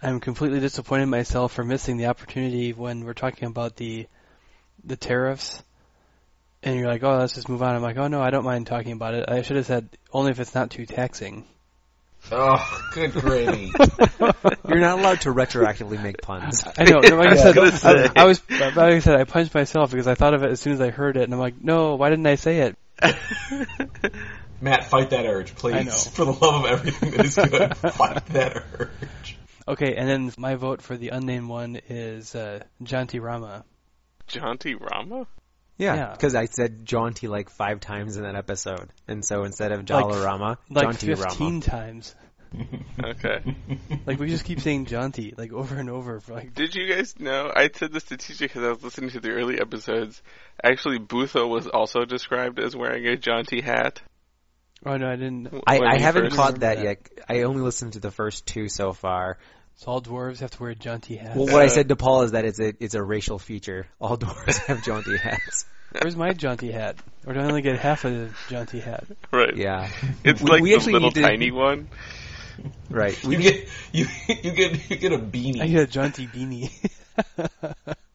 Speaker 4: I'm completely disappointed in myself for missing the opportunity when we're talking about the the tariffs. And you're like, oh, let's just move on. I'm like, oh no, I don't mind talking about it. I should have said only if it's not too taxing.
Speaker 2: Oh, good gravy.
Speaker 1: You're not allowed to retroactively make puns.
Speaker 4: I know. No, like I,
Speaker 3: I
Speaker 4: said,
Speaker 3: was
Speaker 4: I,
Speaker 3: gonna
Speaker 4: I was, like I said, I punched myself because I thought of it as soon as I heard it, and I'm like, no, why didn't I say it?
Speaker 2: Matt, fight that urge,
Speaker 4: I know.
Speaker 2: please. For the love of everything that is good, fight that urge.
Speaker 4: Okay, and then my vote for the unnamed one is uh, Janti Rama.
Speaker 3: Jaunty Rama?
Speaker 1: Yeah,
Speaker 4: Yeah.
Speaker 1: because I said jaunty like five times in that episode, and so instead of Jalarama,
Speaker 4: Like
Speaker 1: jaunty
Speaker 4: 15
Speaker 1: Rama.
Speaker 4: times.
Speaker 3: Okay.
Speaker 4: Like, we just keep saying Janti, like, over and over. For, like,
Speaker 3: Did you guys know? I said this to TJ because I was listening to the early episodes. Actually, Butho was also described as wearing a jaunty hat.
Speaker 4: oh no, I didn't.
Speaker 1: I,
Speaker 3: when
Speaker 1: I
Speaker 3: he
Speaker 1: haven't
Speaker 3: first-
Speaker 1: caught that
Speaker 4: that.
Speaker 1: yet. I only listened to the first two so far.
Speaker 4: So all dwarves have to wear Janti hats.
Speaker 1: Well, what I
Speaker 3: Uh,
Speaker 1: said to Paul is that it's a it's a racial feature. All dwarves have jaunty hats.
Speaker 4: Where's my Jaunty hat? Or do I only get half of the Jaunty hat?
Speaker 3: Right.
Speaker 1: Yeah,
Speaker 3: It's
Speaker 1: We-
Speaker 3: like
Speaker 1: we
Speaker 3: the
Speaker 1: actually
Speaker 3: little
Speaker 1: need to-
Speaker 3: tiny one.
Speaker 1: right.
Speaker 2: You get you you get you get a beanie.
Speaker 4: I get a Jaunty beanie.